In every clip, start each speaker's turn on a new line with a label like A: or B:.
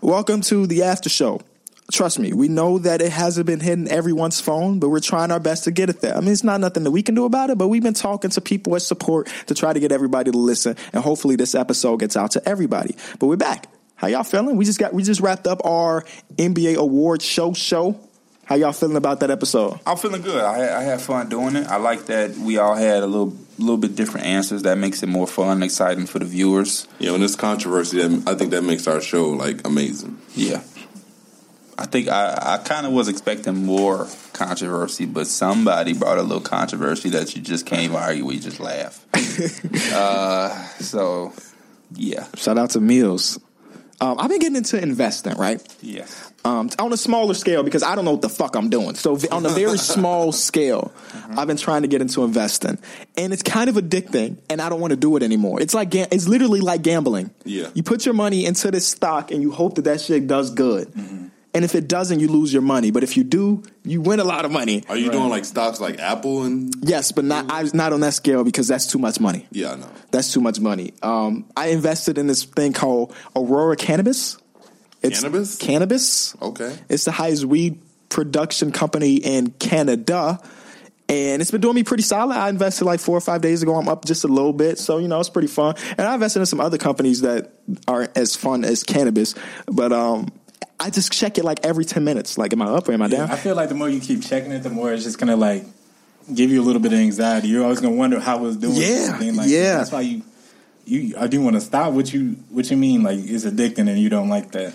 A: Welcome to the after show. Trust me, we know that it hasn't been hitting everyone's phone, but we're trying our best to get it there. I mean, it's not nothing that we can do about it, but we've been talking to people at support to try to get everybody to listen, and hopefully this episode gets out to everybody. But we're back. How y'all feeling? We just got we just wrapped up our NBA award show show. How y'all feeling about that episode?
B: I'm feeling good. I, I had fun doing it. I like that we all had a little little bit different answers. That makes it more fun, exciting for the viewers.
C: Yeah, when it's controversy, that, I think that makes our show like amazing.
B: Yeah. I think I, I kind of was expecting more controversy, but somebody brought a little controversy that you just can't even argue with. You just laugh. uh, so, yeah.
A: Shout out to Mills. Um, I've been getting into investing, right?
B: Yes.
A: um, on a smaller scale because I don't know what the fuck I'm doing. So v- on a very small scale, I've been trying to get into investing, and it's kind of addicting, and I don't want to do it anymore. It's like gam- it's literally like gambling.
C: Yeah.
A: you put your money into this stock, and you hope that that shit does good. And if it doesn't, you lose your money. But if you do, you win a lot of money.
C: Are you doing like stocks like Apple and
A: Yes, but not I, not on that scale because that's too much money.
C: yeah, I know.
A: That's too much money. Um, I invested in this thing called Aurora Cannabis. It's
C: Cannabis?
A: Cannabis.
C: Okay.
A: It's the highest weed production company in Canada. And it's been doing me pretty solid. I invested like four or five days ago. I'm up just a little bit. So, you know, it's pretty fun. And I invested in some other companies that are as fun as cannabis. But um, I just check it like every 10 minutes. Like, am I up or am I down?
D: I feel like the more you keep checking it, the more it's just gonna like give you a little bit of anxiety. You're always gonna wonder how it's doing.
A: Yeah,
D: Thing like,
A: yeah.
D: That's why you, you. I do want to stop. What you, what you mean? Like it's addicting, and you don't like that.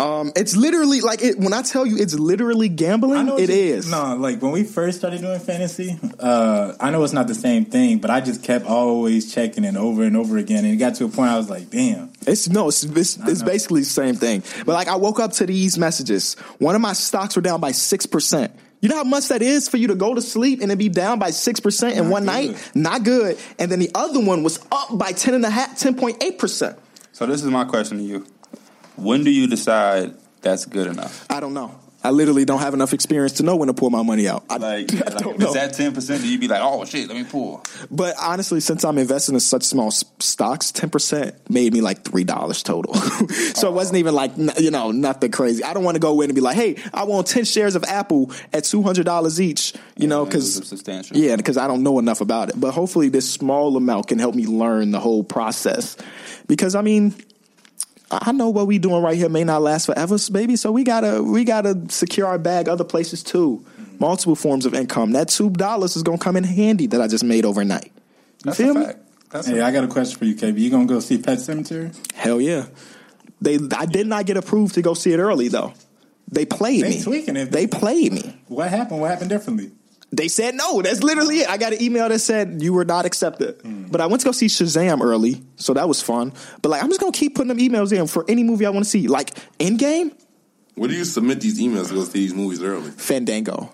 A: Um, it's literally like it, when I tell you it's literally
D: I
A: gambling,
D: know
A: it
D: what you-
A: is.
D: No, like when we first started doing fantasy, uh, I know it's not the same thing, but I just kept always checking it over and over again, and it got to a point I was like, damn.
A: It's no, it's it's, it's
D: know.
A: basically the same thing. But like, I woke up to these messages. One of my stocks were down by six percent. You know how much that is for you to go to sleep and it be down by six percent in one night? Not good. And then the other one was up by ten and a half, ten point eight percent.
B: So, this is my question to you. When do you decide that's good enough?
A: I don't know. I literally don't have enough experience to know when to pull my money out. I,
B: Like,
A: I
B: like
A: don't
B: if
A: know.
B: it's at 10%, do you be like, oh, shit, let me pull?
A: but honestly, since I'm investing in such small s- stocks, ten percent made me like three dollars total. so it wasn't even like n- you know nothing crazy. I don't want to go in and be like, hey, I want ten shares of Apple at two hundred dollars each. You know,
B: And it was
A: because
B: substantial.
A: yeah, because I don't know enough about it. But hopefully, this small amount can help me learn the whole process. Because I mean, I I know what we doing right here may not last forever, s- baby. So we gotta we gotta secure our bag other places too. Multiple forms of income. That two dollars is gonna come in handy that I just made overnight. You
B: That's
A: feel
B: a
A: me?
B: fact. That's
D: Hey,
B: a
D: I got a question for you, KB. You gonna go see Pet Cemetery?
A: Hell yeah. They I did not get approved to go see it early though. They played
D: They
A: me.
D: tweaking it.
A: They played me.
D: What happened? What happened differently?
A: They said no. That's literally it. I got an email that said you were not accepted. But I went to go see Shazam early, so that was fun. But like I'm just gonna keep putting them emails in for any movie I want to see. Like Endgame,
C: Where do you submit these emails to go see these movies early?
A: Fandango.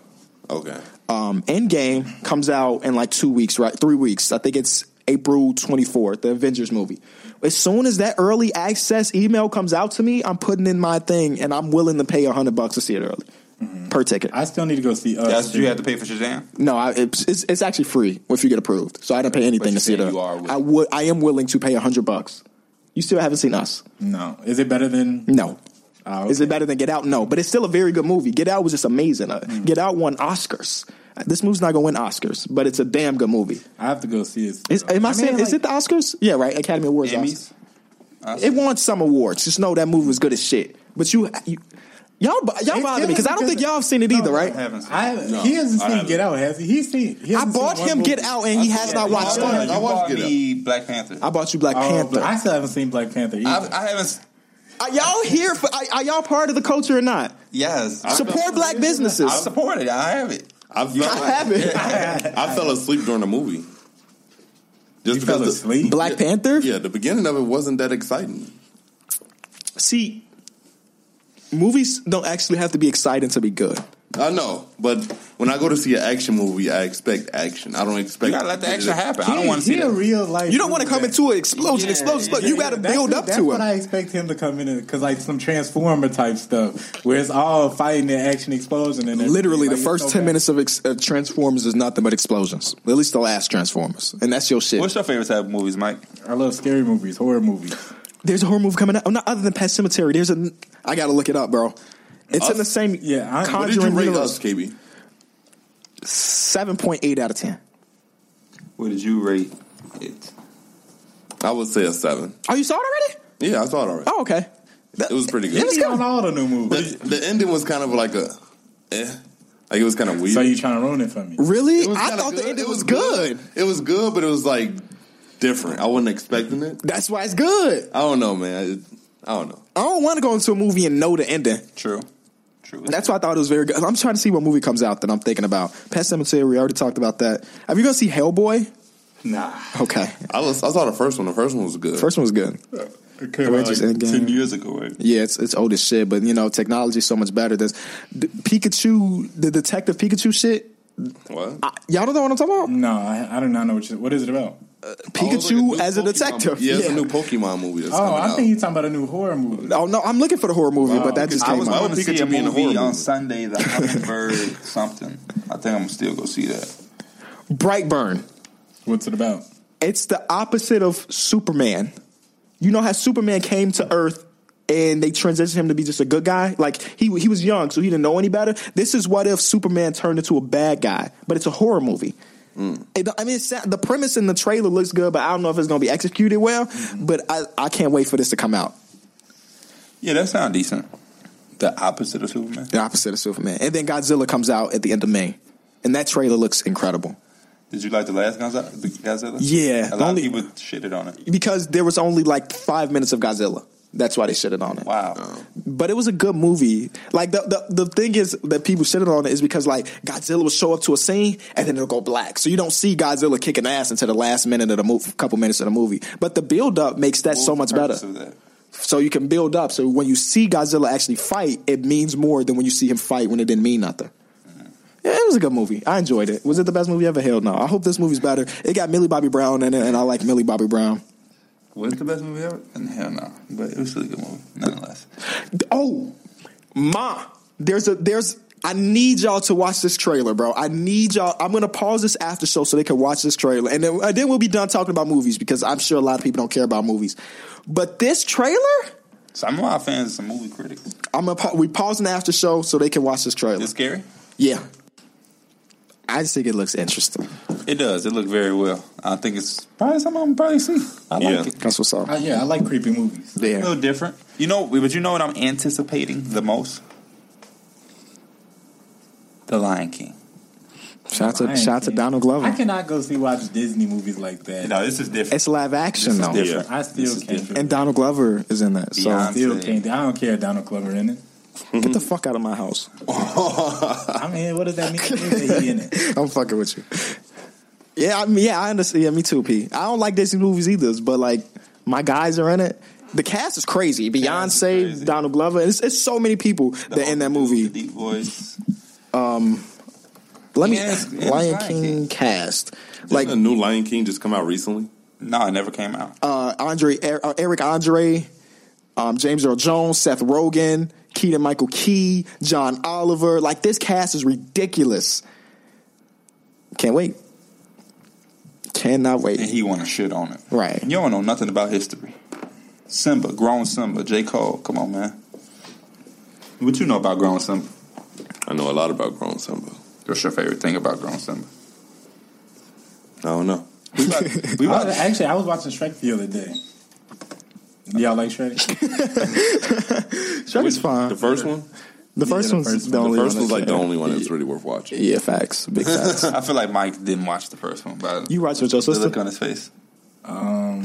C: Okay.
B: Uh,
A: um, Endgame comes out in like two weeks, right? Three weeks. I think it's April 24th, the Avengers movie. As soon as that early access email comes out to me, I'm putting in my thing and I'm willing to pay a hundred bucks to see it early
B: Mm-hmm.
A: per ticket.
D: I still need to go see uh, us.
B: That's what you
D: too.
B: have to pay for Shazam.
A: no, I, it's, it's it's actually free if you get approved. So I didn't pay anything
B: you're
A: to see it.
B: saying
A: early.
B: you are willing.
A: I would. I am willing to pay a hundred bucks. You still haven't seen us.
D: No, is it better than?
A: No.
B: Ah,
D: Oh,
A: Is it better than Get Out? No, but it's still a very good movie. Get Out was just amazing. Uh,
B: Mm.
A: Get Out won Oscars. This movie's not gonna win Oscars, but it's a damn good movie.
D: I have to go see it.
A: Is, am I, saying is it the Oscars? Yeah, right. Academy Awards.
B: Emmys?
A: Oscars. It won some awards. Just know that movie was good as shit. But you, you y'all, bo- y'all
D: It-
A: bother
D: it
A: me because
D: was
A: I don't
D: good-
A: think y'all have seen it either,
D: No,
A: right?
B: I haven't seen
D: I, he hasn't
C: I
D: seen
C: haven't.
D: Get Out, has he? He's seen. He
A: I
D: hasn't seen
A: bought
D: one
A: him
D: movie.
A: Get Out and he has not watched
B: You
A: it.
C: I watched
B: bought
C: Get Out.
B: me Black Panther.
A: I bought you Black
D: Oh,
A: Panther.
D: but I still haven't seen Black Panther. Either.
B: I, I haven't.
A: are y'all here for? Are, are y'all part of the culture or not?
B: Yes, I,
A: Support black businesses.
B: I support it. I have it.
C: I
A: I
C: fell,
A: have it.
C: I fell asleep during the movie. Just
D: you fell
C: because the-
D: asleep.
A: Black Panther.
C: yeah, the beginning of it wasn't that exciting.
A: See, movies don't actually have to be exciting to be good.
C: I know, but when I go to see an action movie, I expect action. I don't expect
B: You gotta let the action happen. I don't want to
D: He-
B: see
D: he a
B: that.
D: real life.
A: You don't want to come into an explosion,
B: Yeah,
A: explosion, explosion. you got to
D: That's-
A: build up
D: that's
A: to
D: what
A: it.
D: I expect him to come in because like some transformer type stuff where it's all fighting and action explosion and everything.
A: Literally,
D: Like,
A: the
D: it's
A: first
D: so
A: 10
D: bad.
A: minutes of, ex- of Transformers is nothing but explosions. At least the last Transformers. And that's your shit.
B: What's your favorite type of movies, Mike?
D: I love scary movies, horror movies.
A: there's a horror movie coming out. Oh, not other than Pet Cemetery. There's a. I gotta look it up, bro. It's in
C: Us?
A: the same
D: Yeah, I-
C: What did you
A: Conjuring
C: rate
A: universe.
C: us, KB?
A: Seven point eight out of ten.
B: What did you rate it?
C: I would say a seven.
A: Oh, you saw it already?
C: Yeah, I saw it already.
A: Oh, okay. That-
C: It was pretty good.
A: It was
D: He on
A: good.
D: all the new movies.
C: The, the ending was kind of like a, eh, like it was kind of weird.
D: So you trying to ruin it for me?
A: Really?
C: It was
A: I
C: kinda
A: thought the ending was good.
C: It was good, but it was like different. I wasn't expecting it.
A: That's why it's good.
C: I don't know, man. I, I don't know.
A: I don't want to go into a movie and know the ending.
B: True. True.
A: That's why I thought it was very good. I'm trying to see what movie comes out that I'm thinking about. Pet Cemetery, we already talked about that. Have you gonna see Hellboy?
D: Nah.
A: Okay.
C: I, was, I saw the first one. The first one was good.
A: First one was good.
D: Okay,
A: Avengers Endgame.
B: ten years ago, right?
A: Yeah, it's it's old as shit, but you know, technology's so much better. This the Pikachu, the Detective Pikachu shit.
C: what?
A: I, y'all don't know what I'm talking about.
D: No, I, I do not know what you. What is it about?
A: Pikachu
C: Oh, it's like new
A: as a
C: Pokemon-
A: detective.
C: Yeah, it's a new Pokemon movie. That's
D: Oh,
C: coming
D: I
C: out.
D: think you're talking about a new horror movie.
A: Oh no, I'm looking for the horror movie,
D: Wow.
A: but that just
B: I
A: came
B: was
A: out.
B: going
C: would
B: to
C: Pikachu
B: see a
C: be in a
B: movie
C: horror
B: on
C: movie?
B: Sunday, The Hummingbird something. I think I'm gonna still go see that.
A: Brightburn.
D: What's it about?
A: It's the opposite of Superman. You know how Superman came to Earth and they transitioned him to be just a good guy? Like he he was young, so he didn't know any better. This is what if Superman turned into a bad guy, but it's a horror movie. It- I mean, it's, the premise in the trailer looks good, but I don't know if it's going to be executed well. But I, I can't wait for this to come out.
B: Yeah, that sounds decent. The opposite of Superman.
A: The opposite of Superman, and then Godzilla comes out at the end of May, and that trailer looks incredible.
B: Did you like the last Godzilla? The Godzilla?
A: Yeah,
B: a lot
A: only-
B: of people shitted on it.
A: because there was only like five minutes of Godzilla. That's why they shitted on it.
B: Wow.
A: But it was a good movie. Like the, the the thing is that people shitted on it is because like Godzilla will show up to a scene and then it'll go black, so you don't see Godzilla kicking ass until the last minute of the movie, couple minutes of the movie. But the build up makes that
B: What
A: so
B: was
A: much
B: the
A: better,
B: purpose of that?
A: so you can build up. So when you see Godzilla actually fight, it means more than when you see him fight when it didn't mean nothing. Yeah, it was a good movie. I enjoyed it. Was it the best movie ever? Hell no. I hope this movie's better. It got Millie Bobby Brown in it, and I like Millie Bobby Brown.
B: Was it the best movie ever? And hell no. But it was still a good movie, nonetheless.
A: Oh, ma, there's a there's. I need y'all to watch this trailer, bro. I need y'all. I'm gonna pause this after show so they can watch this trailer, and then, and then we'll be done talking about movies because I'm sure a lot of people don't care about movies. But this trailer,
B: Some of our fans are some movie critics.
A: I'm gonna pa- we pause an after show so they can watch this trailer.
B: Is it scary?
A: Yeah, I just think it looks interesting.
B: It does. It looked very well. I think it's probably something I'm probably see. I like
C: Yeah.
B: it.
A: That's what's up.
D: Uh, yeah, I like creepy movies.
B: A
A: There,
B: little different. You know, but you know what I'm anticipating the most? The Lion King.
A: shout to
D: Lion
A: shout to
D: King.
A: Donald Glover.
D: I cannot go see watch Disney movies like that.
B: No, this is different.
A: it's live action though,
B: different.
D: I still
B: This is
D: can't.
B: different.
D: do
A: and
D: it.
A: Donald Glover is in that. So
B: Beyond. Mm-hmm.
D: still can't. do- I don't care. Donald Glover in it.
A: get the fuck out of my house.
D: I mean, what does that mean? that he in it?
A: I'm fucking with you. Yeah, I mean, yeah, I understand. Yeah, me too, P. I don't like Disney movies either, but like my guys are in it. The cast is crazy.
B: Cast is
A: Beyonce,
B: crazy.
A: Donald Glover. It's, it's so many people that in that
B: The
A: movie.
B: deep voice.
A: Let me
B: Yeah, it's- it's
A: Lion
B: Lion
A: King,
B: King.
A: cast.
C: like
A: Like
C: a new Lion King just come out recently.
B: No, it never came out.
A: uh, Andre Er- uh, Eric Andre, um, James Earl Jones, Seth Rogen, Keaton Michael Key, John Oliver. Like this cast is ridiculous. Can't wait. Cannot wait.
B: And he wanna shit on it.
A: Right.
B: You don't know nothing about history. Simba, grown Simba, J. Cole. Come on, man. What you know about grown Simba?
C: I know a lot about Grown Simba.
B: What's your favorite thing about grown Simba?
C: I don't know.
B: We about, we
D: I
B: about
D: was- actually, I was watching Shrek the other day. Do y'all like Shrek?
A: Shrek is fine.
C: The first one,
A: The first
D: the
A: one's
D: first
A: the
D: one.
A: only
C: the first
A: one
C: one's like
A: that's-
C: the only one that's really worth watching.
A: Yeah, facts. Big facts.
B: I feel like Mike didn't watch the first one, but
A: you watch with your
B: the
A: sister?
B: look on his face.
D: Um,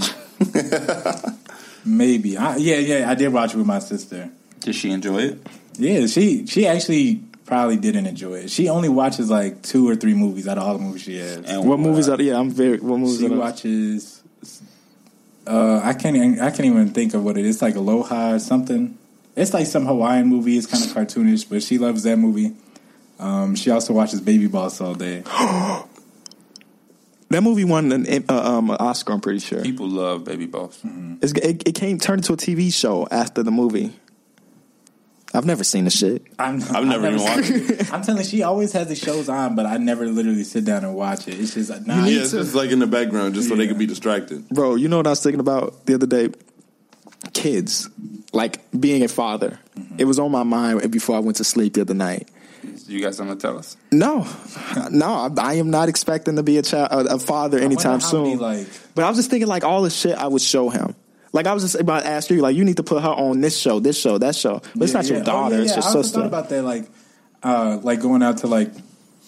D: maybe. I, yeah, yeah. I did watch it with my sister.
B: Did she enjoy it?
D: Yeah, she she actually probably didn't enjoy it. She only watches like two or three movies out of all the movies she has.
B: And
A: What movies are? Yeah, I'm very. What movies
D: she
A: are?
D: watches. Uh, I can't. even- I can't even think of what it is. It's like Aloha or something. It's like some Hawaiian movie. It's kind of cartoonish, but she loves that movie. Um, she also watches Baby Boss all day.
A: that movie won an uh, um, Oscar. I'm pretty sure.
B: People love Baby Boss.
A: It's, it, it came turned into a TV show after the movie. I've never seen the shit.
D: I'm,
C: I've never even watched it.
D: it. I'm telling you, she always has the shows on, but I never literally sit down and watch it. It's just nah,
C: Yeah, it's just like in the background, just so they can be distracted.
A: Bro, you know what I was thinking about the other day? kids, like being a father.
C: Mm-hmm.
A: It was on my mind before I went to sleep the other night.
B: You got something to tell us?
A: No, no, I, I am not expecting to be a child, a, a father
D: wonder
A: anytime
D: how
A: soon.
D: many, like-
A: but I was just thinking, like all the shit I would show him. Like I was just about to ask you, like you need to put her on this show, this show, that show. But it's
D: Yeah,
A: not
D: yeah.
A: your daughter,
D: Oh, yeah,
A: it's
D: yeah.
A: your
D: I also
A: sister.
D: thought about that, like, uh, like going out to like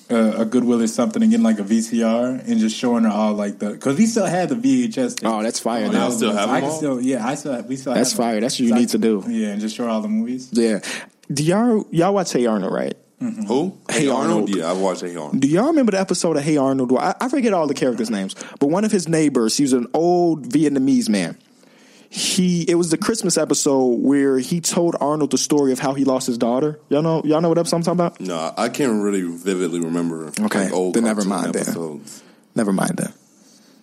D: uh, a Goodwill or something and getting like a VCR and just showing her all like the because we still had the VHS. Thing.
A: oh, that's fire.
D: When
A: though.
D: I
C: y'all
D: was-
C: still have
D: I
C: them
D: can
C: all?
D: still, yeah, I still have, we still.
A: That's
D: have them.
A: fire. That's what you
D: I
A: need to
D: can-
A: do.
D: Yeah, and just show her all the movies.
A: Yeah. Do y'all y'all watch Hey Arnold, right?
C: Who?
A: Hey, Arnold.
C: Yeah, I watched Hey Arnold.
A: Do y'all remember the episode of Hey Arnold? Where I, I forget all the characters' names, but one of his neighbors, he was an old Vietnamese man. He it was the Christmas episode where he told Arnold the story of how he lost his daughter. Y'all know y'all know what episode I'm talking about?
C: No, I can't really vividly remember.
A: Okay, then never
C: cartoon
A: mind then.
C: Episodes.
A: Never mind that.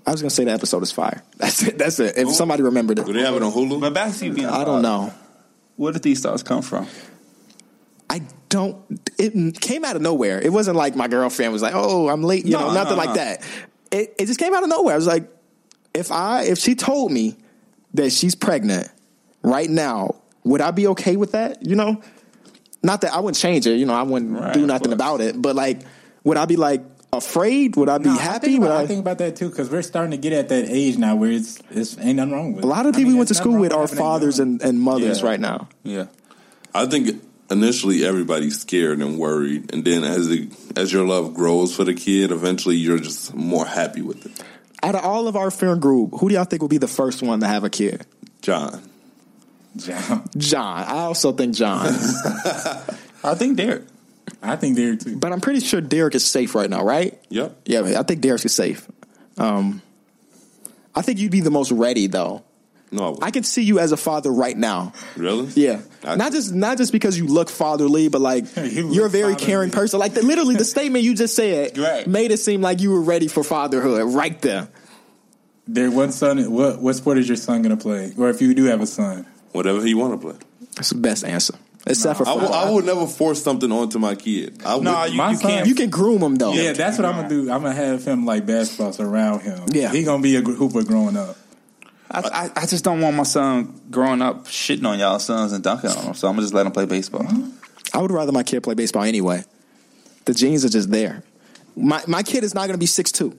A: I was gonna say the episode is fire. That's it. That's it.
D: Oh.
A: If somebody remembered
C: Do
A: it,
C: they have it on Hulu?
B: But back to you being a
A: I don't
B: father.
A: know.
B: Where did these thoughts come from?
A: I don't. It came out of nowhere. It wasn't like my girlfriend was like, "Oh, I'm late," you
B: No,
A: know, nothing
B: no,
A: like
B: no.
A: that. It it just came out of nowhere. I was like, if I if she told me that she's pregnant right now, would I be okay with that? You know, not that I wouldn't change it. You know, I wouldn't
B: Right,
A: do
B: of
A: nothing
B: course.
A: about it. But like, would I be like afraid? Would I be
D: No, I
A: happy?
D: think,
A: would
D: about,
A: I?
D: I think about that too because we're starting to get at that age now where it's it's ain't nothing wrong with.
A: a lot of people we went to school with are fathers and, and mothers
B: Yeah.
A: right now.
B: Yeah.
C: I think initially everybody's scared and worried, and then as the, as your love grows for the kid, eventually you're just more happy with it.
A: Out of all of our friend group, who do y'all think will be the first one to have a kid?
C: John,
D: John,
A: John. I also think John.
B: I think Derek.
D: I think they're too.
A: But I'm pretty sure Derek is safe right now, right?
C: yep,
A: Yeah, I think Derek is safe. Um, I think you'd be the most ready though.
C: no, I, wouldn't.
A: I could see you as a father right now.
C: really,
A: Yeah,
C: I-
A: not just not just because you look fatherly, but like
D: You look
A: you are a very
D: fatherly.
A: caring person. Like the, literally, the statement you just said
B: Right.
A: made it seem like you were ready for fatherhood right there.
D: Their one son. What what sport is your son gonna play? Or if you do have a son,
C: whatever he want to play.
A: That's the best answer, except
C: I
A: for
C: will, I will never force something onto my kid. I would,
B: No, you,
D: my
B: you
D: son-
B: can't.
A: you can groom him though.
D: Yeah, that's what I'm gonna do. I'm gonna have him like basketballs around him.
A: Yeah.
D: he gonna be a gr- hooper growing up.
A: Uh,
B: I, I, I just don't want my son growing up shitting on y'all sons and dunking on them. So I'm gonna just let him play baseball.
A: I would rather my kid play baseball anyway. The genes are just there. My my kid is not going to be six two,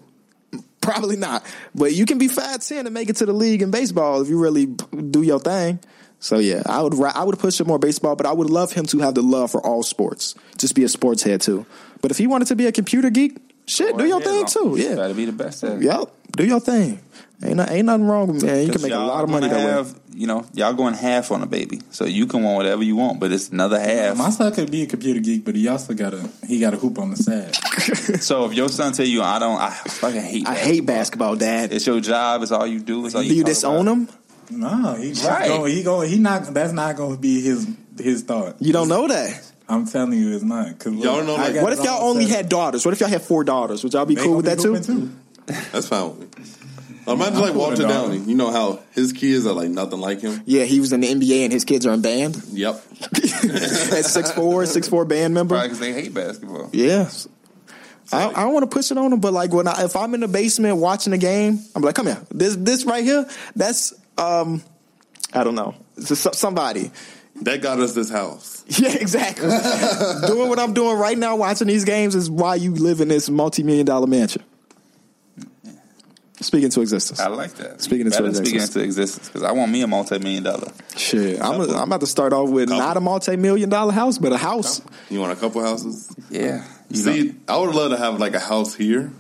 A: probably not. But you can be five ten and make it to the league in baseball if you really do your thing. So yeah, I would ra- I would push him more baseball, but I would love him to have the love for all sports. Just be a sports head too. But if he wanted to be a computer geek, shit, do your thing too. Yeah,
B: gotta be the best at it.
A: yep, do your thing. Ain't no- ain't nothing wrong with man. You can make a
B: Y'all
A: lot of money
B: gonna
A: that way.
B: have, You know, y'all going half on a baby, so you can want whatever you want, but it's another half.
D: My son could be a computer geek, but he also got a he got a hoop on the side.
B: so if your son tell you, I don't, I fucking hate.
A: I
B: that.
A: hate basketball, Dad.
B: It's your job. It's all you do. It's all
A: Do
B: you
A: you
B: talk
A: disown
B: about.
A: him?
D: No, he
B: Right.
D: going, he going, he not. That's not gonna be his his thought.
A: You don't know that.
D: I'm telling you, it's not. Cause look,
C: Y'all know,
D: I
C: like-
D: got
A: What
D: it
A: if y'all
D: all
A: only
D: set.
A: had daughters? What if y'all had four daughters? Would y'all be
D: They
A: cool
D: gonna
A: with that
D: be
A: too?
D: hooping too?
C: that's fine with me. Imagine like
D: cool with
C: Walter
D: Donald.
C: Downey. You know how his kids are like nothing like him.
A: Yeah, he was in the NBA and his kids are in band.
C: Yep,
A: At six four, six four band member.
B: Probably because they hate basketball.
A: Yes. I, I don't want to push it on him, but like when I, if I'm in the basement watching the game, I'm like, come here. This this right here, that's um, I don't know, It's just so- somebody.
C: that got us this house.
A: Yeah, exactly. doing what I'm doing right now, watching these games, is why you live in this multi million dollar mansion. Speaking to existence.
B: I like that.
A: Speaking into
B: Better than
A: existence.
B: speaking into existence, because I want me a multi-million dollar.
A: Shit, I'm, a, I'm about to start off with not a multi million dollar house, but a house.
C: You want a couple houses?
B: Yeah. You
C: See, I would love to have like a house here,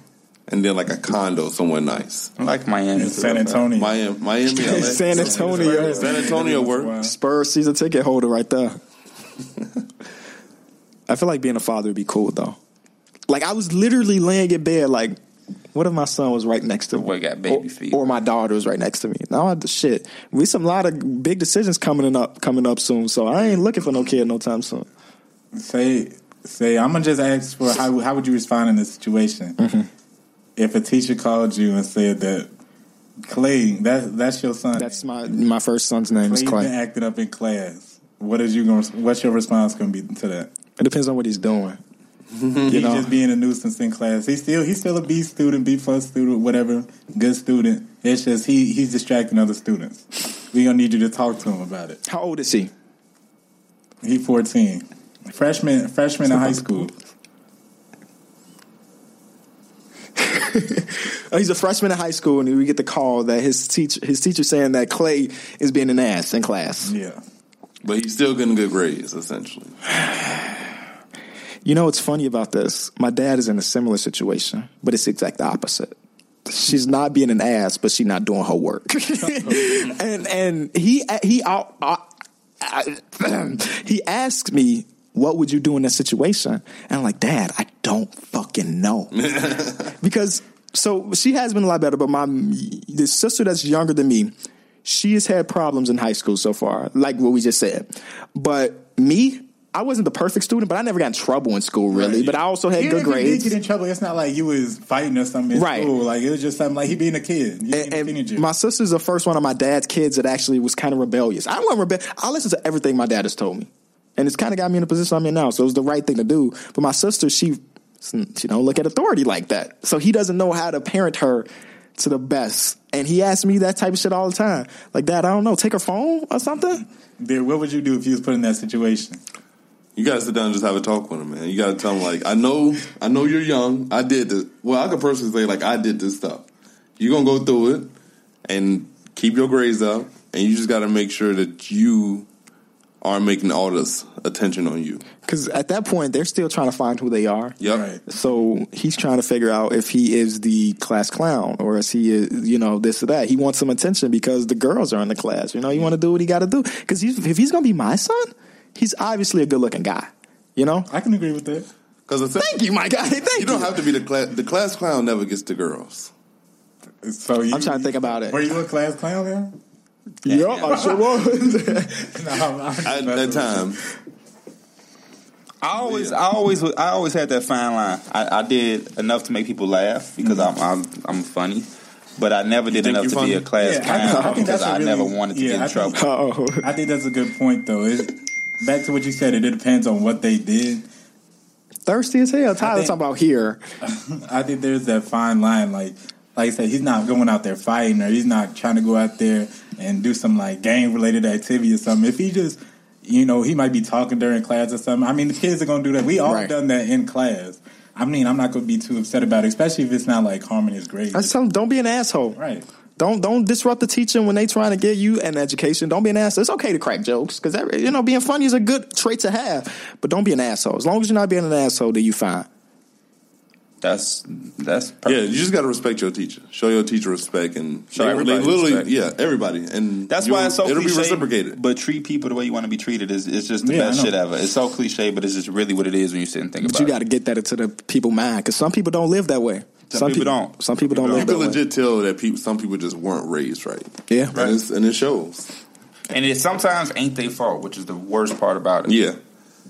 C: and then like a condo somewhere nice.
B: know, I like Miami,
D: In San Antonio.
C: Miami, Miami, LA.
A: San Antonio.
C: San Antonio work.
A: Spurs season ticket holder right there. I feel like being a father would be cool though. Like I was literally laying in bed, like, what if my son was right next to me?
B: Boy got baby
A: or,
B: feet.
A: Or my daughter was right next to me. Now I shit. We some lot of big decisions coming up coming up soon, so I ain't looking for no kid no time soon.
D: Say say I'm gonna just ask for how how would you respond in this situation?
A: Mm-hmm.
D: If a teacher called you and said that Clay, that that's your son.
A: That's my my first son's name is
D: Clay been
A: Clay.
D: acting up in class. What is you going? to What's your response going to be to that?
A: It depends on what he's doing. you
D: He's
A: know,
D: Mm-hmm. just being a nuisance in class. He's still he's still a B student, B plus student, whatever, good student. It's just he he's distracting other students. we gonna need you to talk to him about it.
A: How old is he?
D: He fourteen, freshman freshman in high school.
A: Oh, he's a freshman in high school, and we get the call that his teacher his teacher saying that Clay is being an ass in class.
D: Yeah,
C: But he's still getting good grades, essentially.
A: You know what's funny about this? My dad is in a similar situation, but it's the exact opposite. She's not being an ass, but she's not doing her work. and and he he out. he asked me, "What would you do in that situation?" And I'm like, "Dad, I don't fucking know." because so she has been a lot better, but my the sister that's younger than me, she has had problems in high school so far, like what we just said. But me, I wasn't the perfect student, but I never got in trouble in school really.
C: Right.
A: But I also had good
D: even if he did
A: grades.
D: get in trouble, it's not like you was fighting or something. In
A: Right.
D: school. like it was just something like he being a kid, you being
A: And,
D: a
A: and
D: teenager.
A: my sister's the first one of my dad's kids that actually was kind of rebellious. I wasn't rebellious. I listened to everything my dad has told me, and it's kind of got me in the position I'm in now. So it was the right thing to do. But my sister, she she don't look at authority like that, so he doesn't know how to parent her to the best. And he asks me that type of shit all the time. Like, Dad, I don't know, take her phone or something.
D: Dude, what would you do if you was put in that situation?
C: You gotta sit down and just have a talk with him, man. You gotta tell him like, I know, I know you're young. I did this. Well, I could personally say like, I did this stuff. You're gonna go through it, and keep your grades up, and you just gotta make sure that you aren't making all this attention on you.
A: Because at that point, they're still trying to find who they are.
C: Yep.
D: Right.
A: So he's trying to figure out if he is the class clown or is he, is, you know, this or that. He wants some attention because the girls are in the class. You know, you want to do what he got to do. Because if he's going to be my son, he's obviously a good looking guy. You know?
D: I can agree with that.
C: Because
A: Thank you, my guy. Thank
C: You
A: you.
C: don't have to be the class. The class clown never gets the girls.
D: So you,
A: I'm trying to think about it.
D: Were you a class clown then?
A: Yup, I sure was.
D: No, I'm, I'm just
C: At
D: messing
C: that
D: with
C: time,
B: I always, I always, I always had that fine line. I, I did enough to make people laugh because I'm, I'm, I'm funny, but I never did
C: think
B: enough
C: you
B: to be
C: funny?
B: a class
D: Yeah, I
B: clown
D: think- I think
B: because
D: that's a
B: I never
D: really-
B: wanted to
D: yeah,
B: get in
D: I think-
B: trouble.
A: oh.
D: you. I think that's a good point though. It, back to what you said, it depends on what they did.
A: Thirsty as hell. Tyler's
D: think-
A: talking about here.
D: I think there's that fine line, like like I said, he's not going out there fighting or he's not trying to go out there and do some like gang related activity or something. If he just you know, he might be talking during class or something. I mean the kids are gonna do that. We all
A: Right.
D: done that in class. I mean, I'm not gonna be too upset about it, especially if it's not like harming his grades.
A: I just tell him, don't be an asshole.
D: right.
A: Don't don't disrupt the teacher when they trying to get you an education. Don't be an asshole. It's okay to crack jokes because you know being funny is a good trait to have, but don't be an asshole. As long as you're not being an asshole, then you fine.
B: That's that's perfect.
C: yeah, you just gotta respect your teacher. Show your teacher respect, and
B: Show
C: they- they
B: everybody
C: literally,
B: respect.
C: yeah, everybody. And
B: That's
C: you'll-
B: why it's so
C: it'll
B: cliche,
C: be reciprocated.
B: But treat people the way you want to be treated is it's just the
D: Yeah, I
B: best
D: know.
B: shit ever. It's so cliche, but it's just really what it is when you sit and think
A: But
B: about
A: you
B: it.
A: got to get that into the people mind because some people don't live that way.
B: Some people
A: peop-
B: don't.
A: Some people don't
B: Some
C: You
A: live
C: can
A: that way.
C: legit tell that people, some people just weren't raised right.
A: Yeah,
C: And, it's, and it shows.
B: and it sometimes ain't their fault, which is the worst part about it.
C: Yeah.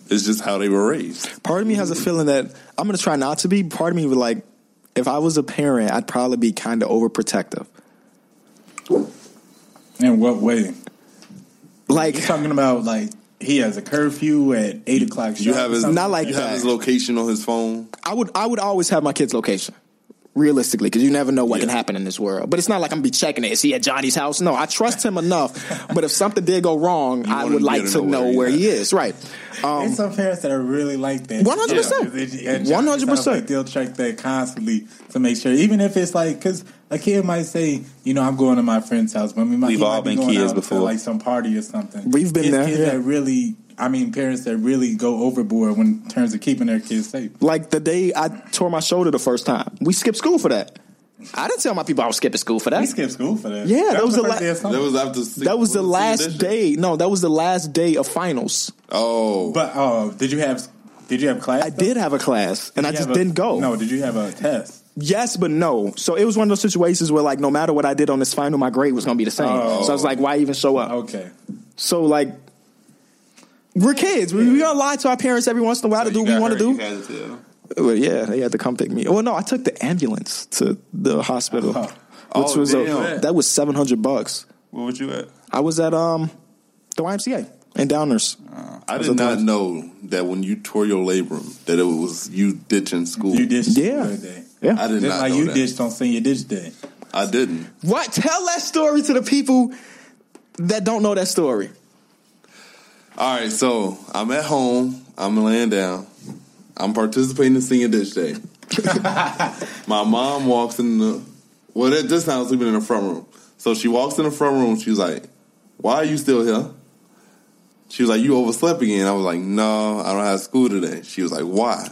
C: It's just how they were raised.
A: part of me has a feeling that I'm gonna try not to be. Part of me would like, if I was a parent, I'd probably be kind of overprotective.
D: In what way?
A: Like,
D: You're talking about like he has a curfew at eight o'clock.
C: You
D: sharp
C: have
D: or
C: his
D: something?
A: Not like
C: you
A: that.
C: have his location on his phone.
A: I would I would always have my kid's location. Realistically, because you never know what can
C: Yeah.
A: happen in this world. But it's not like I'm gonna be checking it. Is he at Johnny's house? No, I trust him enough. but if something did go wrong, I
C: want
A: would
C: him
A: like
C: to
A: to know where he is. Right.
D: There's
A: Um,
D: some parents that are really like that.
A: 100%.
D: Yeah. It- it- it-
A: 100%.
D: like They'll check that constantly to make sure, even if it's like, because a kid might say, you know, I'm going to my friend's house, but we might, he
B: We've
D: might
B: all
D: be
B: been
D: going
B: kids
D: out
B: before.
D: to like some party or something.
A: We've been
D: It's
A: there,
D: Kids
A: yeah.
D: that really, I mean, parents that really go overboard when in terms of keeping their kids safe.
A: like the day I tore my shoulder the first time, we skipped school for that. I didn't tell my people I was skipping school for
D: We
A: that.
D: skipped school for that.
A: Yeah, that was
D: the
A: the
D: first
A: la-
D: day of summer.
C: That was after six,
A: Oh. That was the
C: six
A: last
C: edition.
A: day. No, that was the last day of finals.
C: Oh.
D: But oh, did you have did you have class?
A: I
D: though?
A: did have a class, and I
D: You
A: just
D: have a-
A: didn't go.
D: No, did you have a test?
A: Yes, but no. So it was one of those situations where, like, no matter what I did on this final, my grade was gonna be the same.
D: Oh.
A: So I was like, why even show up?
D: Okay.
A: So like, we're kids. We, we gonna lie to our parents every once in a while to do what we want to do. Well, yeah, they had to come pick me. Well, no, I took the ambulance to the hospital,
D: Oh.
A: which
C: Oh,
A: was a,
C: damn.
A: that was seven hundred bucks.
B: What would you at?
A: I was at um the YMCA in Downers.
C: I
A: was
C: did
A: the
C: not
A: last-
C: know that when you tore your labrum that it was you ditching school.
D: You ditched
A: Yeah.
D: the other day.
A: Yeah,
C: I did
D: Just
C: not
D: like
C: know
D: you
C: that.
D: ditched on senior ditch day.
C: I didn't.
A: what? Tell that story to the people that don't know that story.
C: All right, so I'm at home. I'm laying down. I'm participating in senior ditch day. My mom walks in the. Well, at this time, I was sleeping in the front room. So she walks in the front room. She's like, "Why are you still here?" She was like, "You overslept again." I was like, "No, I don't have school today." She was like, "Why?"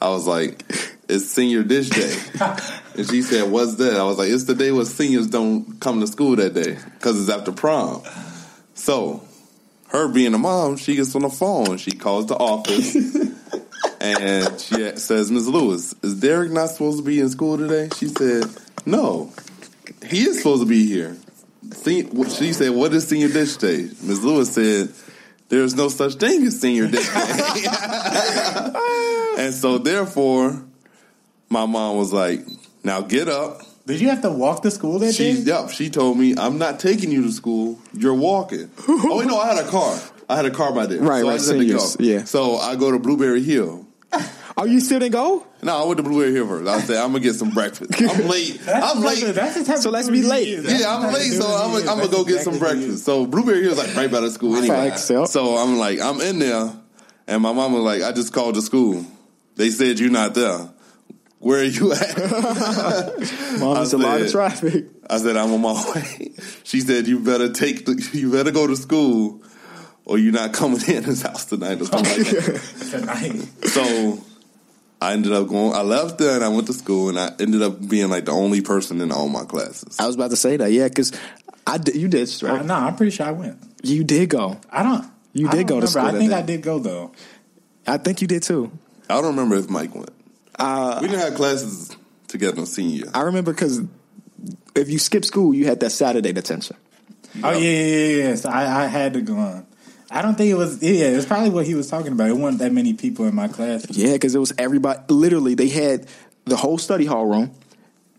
C: I was like, "It's senior ditch day." and she said, "What's that?" I was like, "It's the day where seniors don't come to school that day because it's after prom." So her being a mom, she gets on the phone. She calls the office and she says, Ms. Lewis, is Derek not supposed to be in school today? She said, No, he is supposed to be here. See, she said, What is senior ditch day? Ms. Lewis said, There's no such thing as senior ditch day. and so, therefore, my mom was like, Now get up.
D: Did you have to walk to school that
C: She,
D: day?
C: yep, she told me, I'm not taking you to school. You're walking. oh, wait, no, I had a car. I had a car by then.
A: Right,
C: I
A: right,
C: just had to get
A: seniors,
C: off.
A: yeah.
C: So I go to Blueberry Hill.
A: Oh, you still didn't go?
C: No, I went to Blueberry Hill first. I said, I'm going to get some breakfast. I'm late. I'm late.
D: That's the type
A: So
D: of
A: let's
D: dude
A: be
D: he
A: late.
D: is. That's
C: Yeah,
D: the
C: I'm
D: type of
C: late,
D: dude
C: so
D: he
C: I'm,
D: is.
C: I'm gonna
D: That's
C: go get
D: exactly
C: some
D: who he
C: breakfast.
D: is.
C: So Blueberry Hill's like right by the school anyway.
A: Facts, yep.
C: So I'm like, I'm in there, and my mama like, I just called the school. They said you're not there. Where are you at?
A: Mom,
C: I
A: it's a lot of
C: said-
A: traffic.
C: I said I'm on my way. She said you better take, the, you better go to school, or you're not coming in this house tonight or something like that.
D: Tonight.
C: So I ended up going. I left there and I went to school, and I ended up being like the only person in all my classes.
A: I was about to say that, yeah, because I did, you did,
D: Uh,
A: right?
D: no, I'm pretty sure I went.
A: You did go.
D: I don't.
A: You
D: I
A: did
D: don't
A: go to
D: remember.
A: school
D: I
A: that
D: think
A: day.
D: I did go though.
A: I think you did too.
C: I don't remember if Mike went.
A: Uh,
C: we didn't have classes together in senior. year.
A: I remember because if you skip school, you had that Saturday detention.
D: Oh yeah, yeah, yeah. yeah. So I, I had to go on. I don't think it was. Yeah, it's probably what he was talking about. It wasn't that many people in my class.
A: Yeah, because it was everybody. Literally, they had the whole study hall room,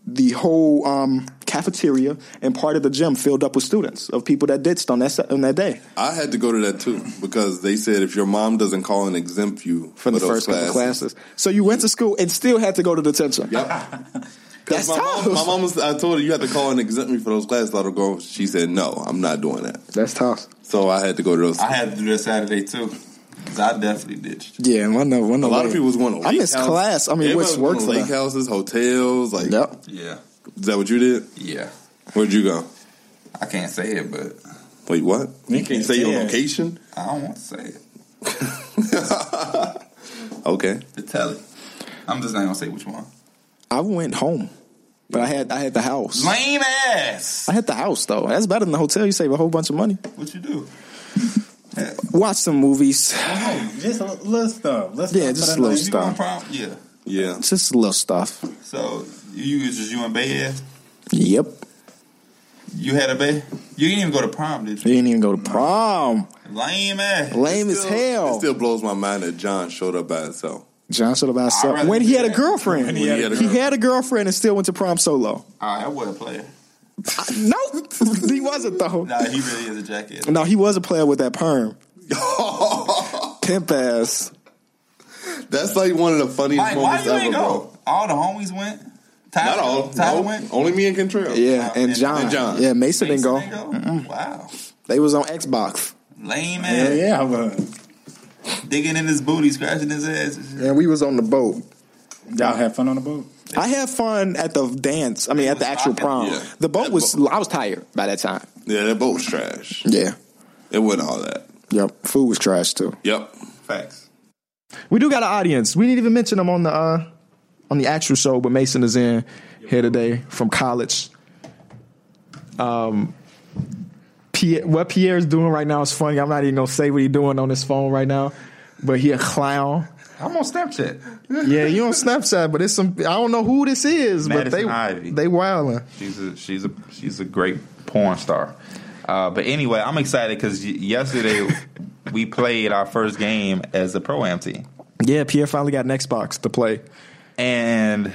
A: the whole um, cafeteria, and part of the gym filled up with students of people that ditched on that se- on that day.
C: I had to go to that too because they said if your mom doesn't call and exempt you
A: from the first couple classes. So you went to school and still had to go to detention. That's
C: my
A: tough.
C: mom, my mom was, I told her you had to call and exempt me for those classes. I'll go. She said no, I'm not doing that.
A: That's tough.
C: So I had to go to those.
B: I had to do that Saturday too. 'Cause I definitely ditched.
A: Yeah, one no, one
C: a lot of people was going to.
A: I
C: lake
A: miss
C: house.
A: class. I mean,
C: Everybody
A: what's
C: was
A: work
C: going to
A: for
C: lake
A: them?
C: houses, hotels? Like,
A: Yep.
B: Yeah,
C: is that what you did?
B: yeah.
C: Where'd you go?
B: I can't say it, but
C: Wait, what? You
D: You
C: can't
D: can't
C: say your
D: say it.
C: location.
B: I don't want to say it.
C: Okay.
B: To tell it, I'm just not gonna say which one.
A: I went home, but I had I had the house.
B: Lame ass.
A: I had the house though. That's better than the hotel. You save a whole bunch of money.
B: What you do?
A: Watch some movies.
D: No, just a little stuff. Let's
A: Yeah, just little
B: You
A: Stop.
B: going prom? Yeah.
C: Yeah.
A: Just little stuff.
B: So you it's just you and Bay ass.
A: Yep.
B: You had a Bay. You didn't even go to prom, did
A: You
B: you?
A: didn't even go to prom.
B: Lame ass.
A: Lame as
C: Still- It
A: hell.
C: still blows my mind that John showed up by himself.
A: John should have asked
B: I'd rather
A: when
B: do
A: he had a
B: that.
A: girlfriend.
D: When
C: When he had a
A: he
C: girl.
A: had a girlfriend and still went to prom solo.
B: All right, I was a player.
A: I- no, he wasn't though.
B: Nah, he really is a jackass.
A: No, he was a player with that perm. Pimp ass.
C: That's like one of the funniest
B: Mike, why
C: moments
B: you
C: ever,
B: ain't
C: bro.
B: go? All the homies went. Tyler,
C: Not all.
B: Tyler
C: no.
B: went.
C: Only me and Contrail.
A: Yeah,
B: and-
A: and
B: and
A: John.
C: John.
A: Yeah, Mason, didn't go.
B: Mason Wow.
A: They was on Xbox,
B: Lame
D: Yeah,
B: ass.
D: yeah, I was.
B: Digging in his booty, scratching his ass.
A: and we was on the boat.
D: Y'all had fun on the boat.
A: I had fun at the dance. I mean, at the actual prom.
C: Yeah.
A: The boat
C: That
A: was.
C: boat-
A: I was tired by that time.
C: Yeah, that boat was trash.
A: Yeah.
C: It wasn't all that.
A: Yep. Food was trash too.
C: Yep.
B: Facts.
A: We do got an audience. We didn't even mention them on the uh, on the actual show, but Mason is in here today from college. Um, Pierre, what Pierre is doing right now is funny. I'm not even gonna say what he's doing on his phone right now, but he a clown.
B: I'm on Snapchat.
A: Yeah, you on Snapchat, but it's some. I don't know who this is, but
B: Madison
A: they
B: Ivy.
A: they wilding.
B: She's a she's a she's a great porn star. Uh, but anyway, I'm excited because yesterday we played our first game as a pro am team,
A: Yeah, Pierre finally got an Xbox to play.
B: and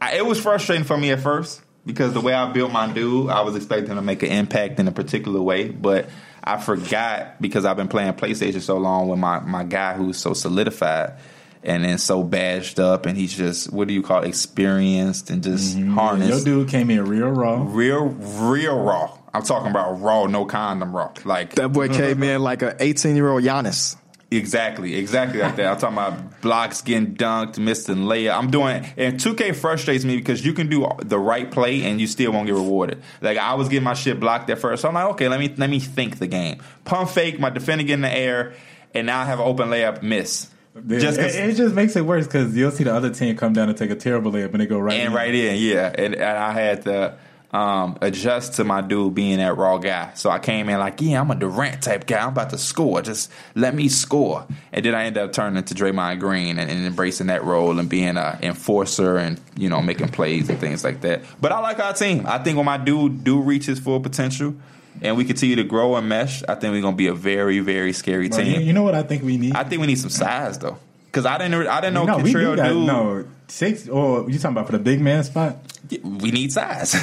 B: I, it was frustrating for me at first because the way I built my dude, I was expecting him to make an impact in a particular way, but I forgot because I've been playing PlayStation so long with my my guy who's so solidified. And then so bashed up, and he's just what do you call it, experienced and just harnessed.
D: Your dude came in real raw.
B: real, real raw. I'm talking about raw, no condom raw. Like
A: That boy came in like an 18 year old Giannis.
B: Exactly, exactly like that. I'm talking about blocks getting dunked, missed and layup. I'm doing, and 2K frustrates me because you can do the right play and you still won't get rewarded. Like I was getting my shit blocked at first, so I'm like, okay, let me let me think the game. Pump fake, my defender get in the air, and now I have an open layup miss. Just
D: Just
B: 'cause-
D: it, it just makes it worse because you'll see the other team come down and take a terrible layup and they go right
B: and
D: in.
B: right in, yeah. And, and I had to um, adjust to my dude being that raw guy. So I came in like, yeah, I'm a Durant type guy. I'm about to score. Just let me score. And then I ended up turning to Draymond Green and, and embracing that role and being an enforcer and you know making plays and things like that. But I like our team. I think when my dude do reach his full potential. And we continue to grow and mesh. I think we're gonna be a very, very scary
D: Bro, you,
B: team.
D: you know what I think we need?
B: I think we need some size though, because I didn't, I didn't know
D: no, we do
B: Catrell
D: got-
B: dude.
D: no six. Or you talking about for the big man spot?
B: We need size.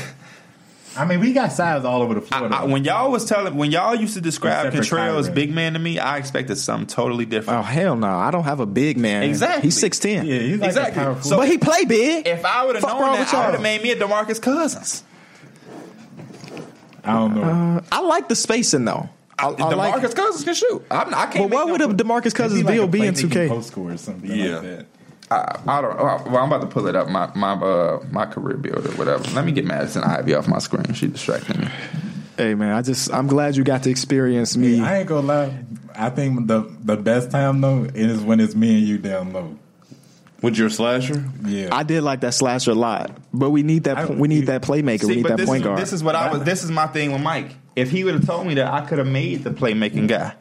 D: I mean, we got size all over the floor.
B: I,
D: though.
B: when y'all was telling, when y'all used to describe
D: Except for
B: Contreras
D: Kyrie.
B: big man to me, I expected something totally different.
A: Oh, hell no. I don't have a big man.
B: Exactly.
A: He's 6'10.
D: yeah, he's like
B: Exactly.
D: a powerful.
B: So-
A: But he play big.
B: If I would have
A: Oh. Fuck
B: known
A: wrong
B: that,
A: with
B: I
A: y'all?
B: would have made me a Demarcus Cousins.
D: I don't know.
A: I like the spacing though. I, I
B: DeMarcus
A: like.
B: Cousins can shoot. I'm, I
A: But
B: can't.
A: what
B: make
A: would
B: no-
A: a Demarcus
D: It'd be
A: Cousins
D: like
A: bill
D: a
A: be in
D: playmaking
A: 2K?
D: Post score or something
C: Yeah.
D: like that.
B: I, I don't. uh, Well, I'm about to pull it up. My my uh, my career builder, whatever. Let me get Madison Ivy off my screen. She distracting me.
A: Hey man, I just I'm glad you got to experience me.
D: I ain't gonna lie. I think the the best time though is when it's me and you down low.
C: With your slasher?
D: Yeah,
A: I did like that slasher a lot, but we need that
D: I-
A: we need that playmaker. we need
B: but
A: that
B: this
A: point
B: is,
A: guard.
B: This is what I was. This is my thing with Mike. If he would have told me that, I could have made the playmaking guy.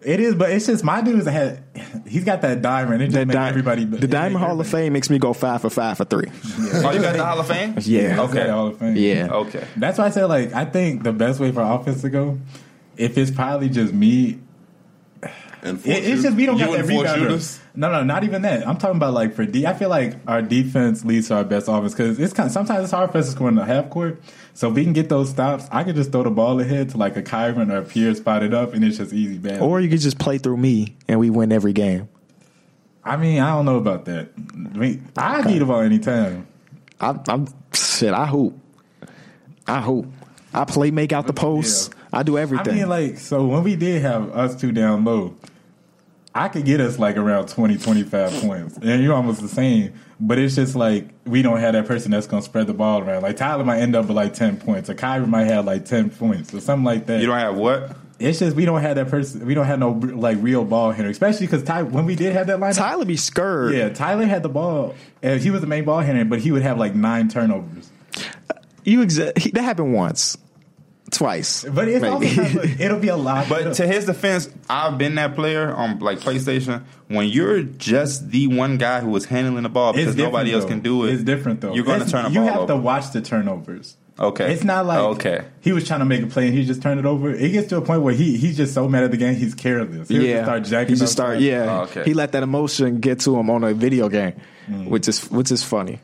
D: it is. But it's just my dude's had. He's got that diamond. It just
A: that
D: make
A: di-
D: everybody.
A: the Diamond Hall of Fame makes me go five for five for three.
B: Oh, you got the Hall of Fame?
A: Yeah.
B: Okay.
D: Hall of Fame.
A: Yeah.
B: Okay.
D: That's why I said like I think the best way for offense to go, if it's probably just me,
C: And four
D: it, it's
C: shooters?
D: just we don't
C: You
D: got that
C: and four
D: rebounder.
C: shooters?
D: No, no, not even that. I'm talking about like for D. I feel like our defense leads to our best offense because it's kind. Sometimes it's hard for us to score in the half court. So if we can get those stops, I could just throw the ball ahead to like a Kyron or a Pierre spotted up, and it's just easy bad.
A: Or you could just play through me and we win every game.
D: I mean, I don't know about that. I mean, I need the ball anytime.
A: I, I'm shit. I hoop. I hoop. I play make out the post. I do
D: I
A: everything.
D: mean, like, so when we did have us two down low, I could get us like around 20, 25 points. And you're almost the same. But it's just like we don't have that person that's going to spread the ball around. Like Tyler might end up with like 10 points, or Kyrie might have like 10 points, or something like that.
B: You don't have what?
D: it's just we don't have that person. We don't have no like real ball hitter, especially because Ty- when we did have that lineup.
A: Tyler be scared.
D: yeah, Tyler had the ball. And he was the main ball hitter, but he would have like nine turnovers.
A: You exa- he, that happened once, twice.
D: But it's
A: maybe.
D: also it'll be a lot.
B: But to his defense, I've been that player on like PlayStation. When you're just the one guy who is handling the ball because
D: different,
B: nobody else
D: though.
B: can do it,
D: It's different though.
B: You're going to
D: It's-
B: turn the
D: You
B: ball
D: have
B: over.
D: to watch the turnovers.
B: Okay.
D: It's not like
B: Okay.
D: he was trying to make a play and he just turned it over. It gets to a point where he he's just so mad at the game he's careless. He'll
A: yeah,
D: just start jacking.
A: he just
D: up
A: start.
D: stuff.
A: Yeah,
B: Oh, okay.
A: he let that emotion get to him on a video game,
D: Mm.
A: which is which is funny.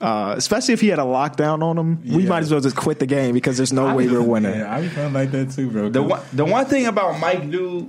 A: Uh, especially if he had a lockdown on him, we
D: Yeah.
A: might as well just quit the game because there's no
D: I
A: way
D: was-
A: we're winning.
D: Yeah, I was feeling like that too, bro.
B: The one, the one thing about Mike Dude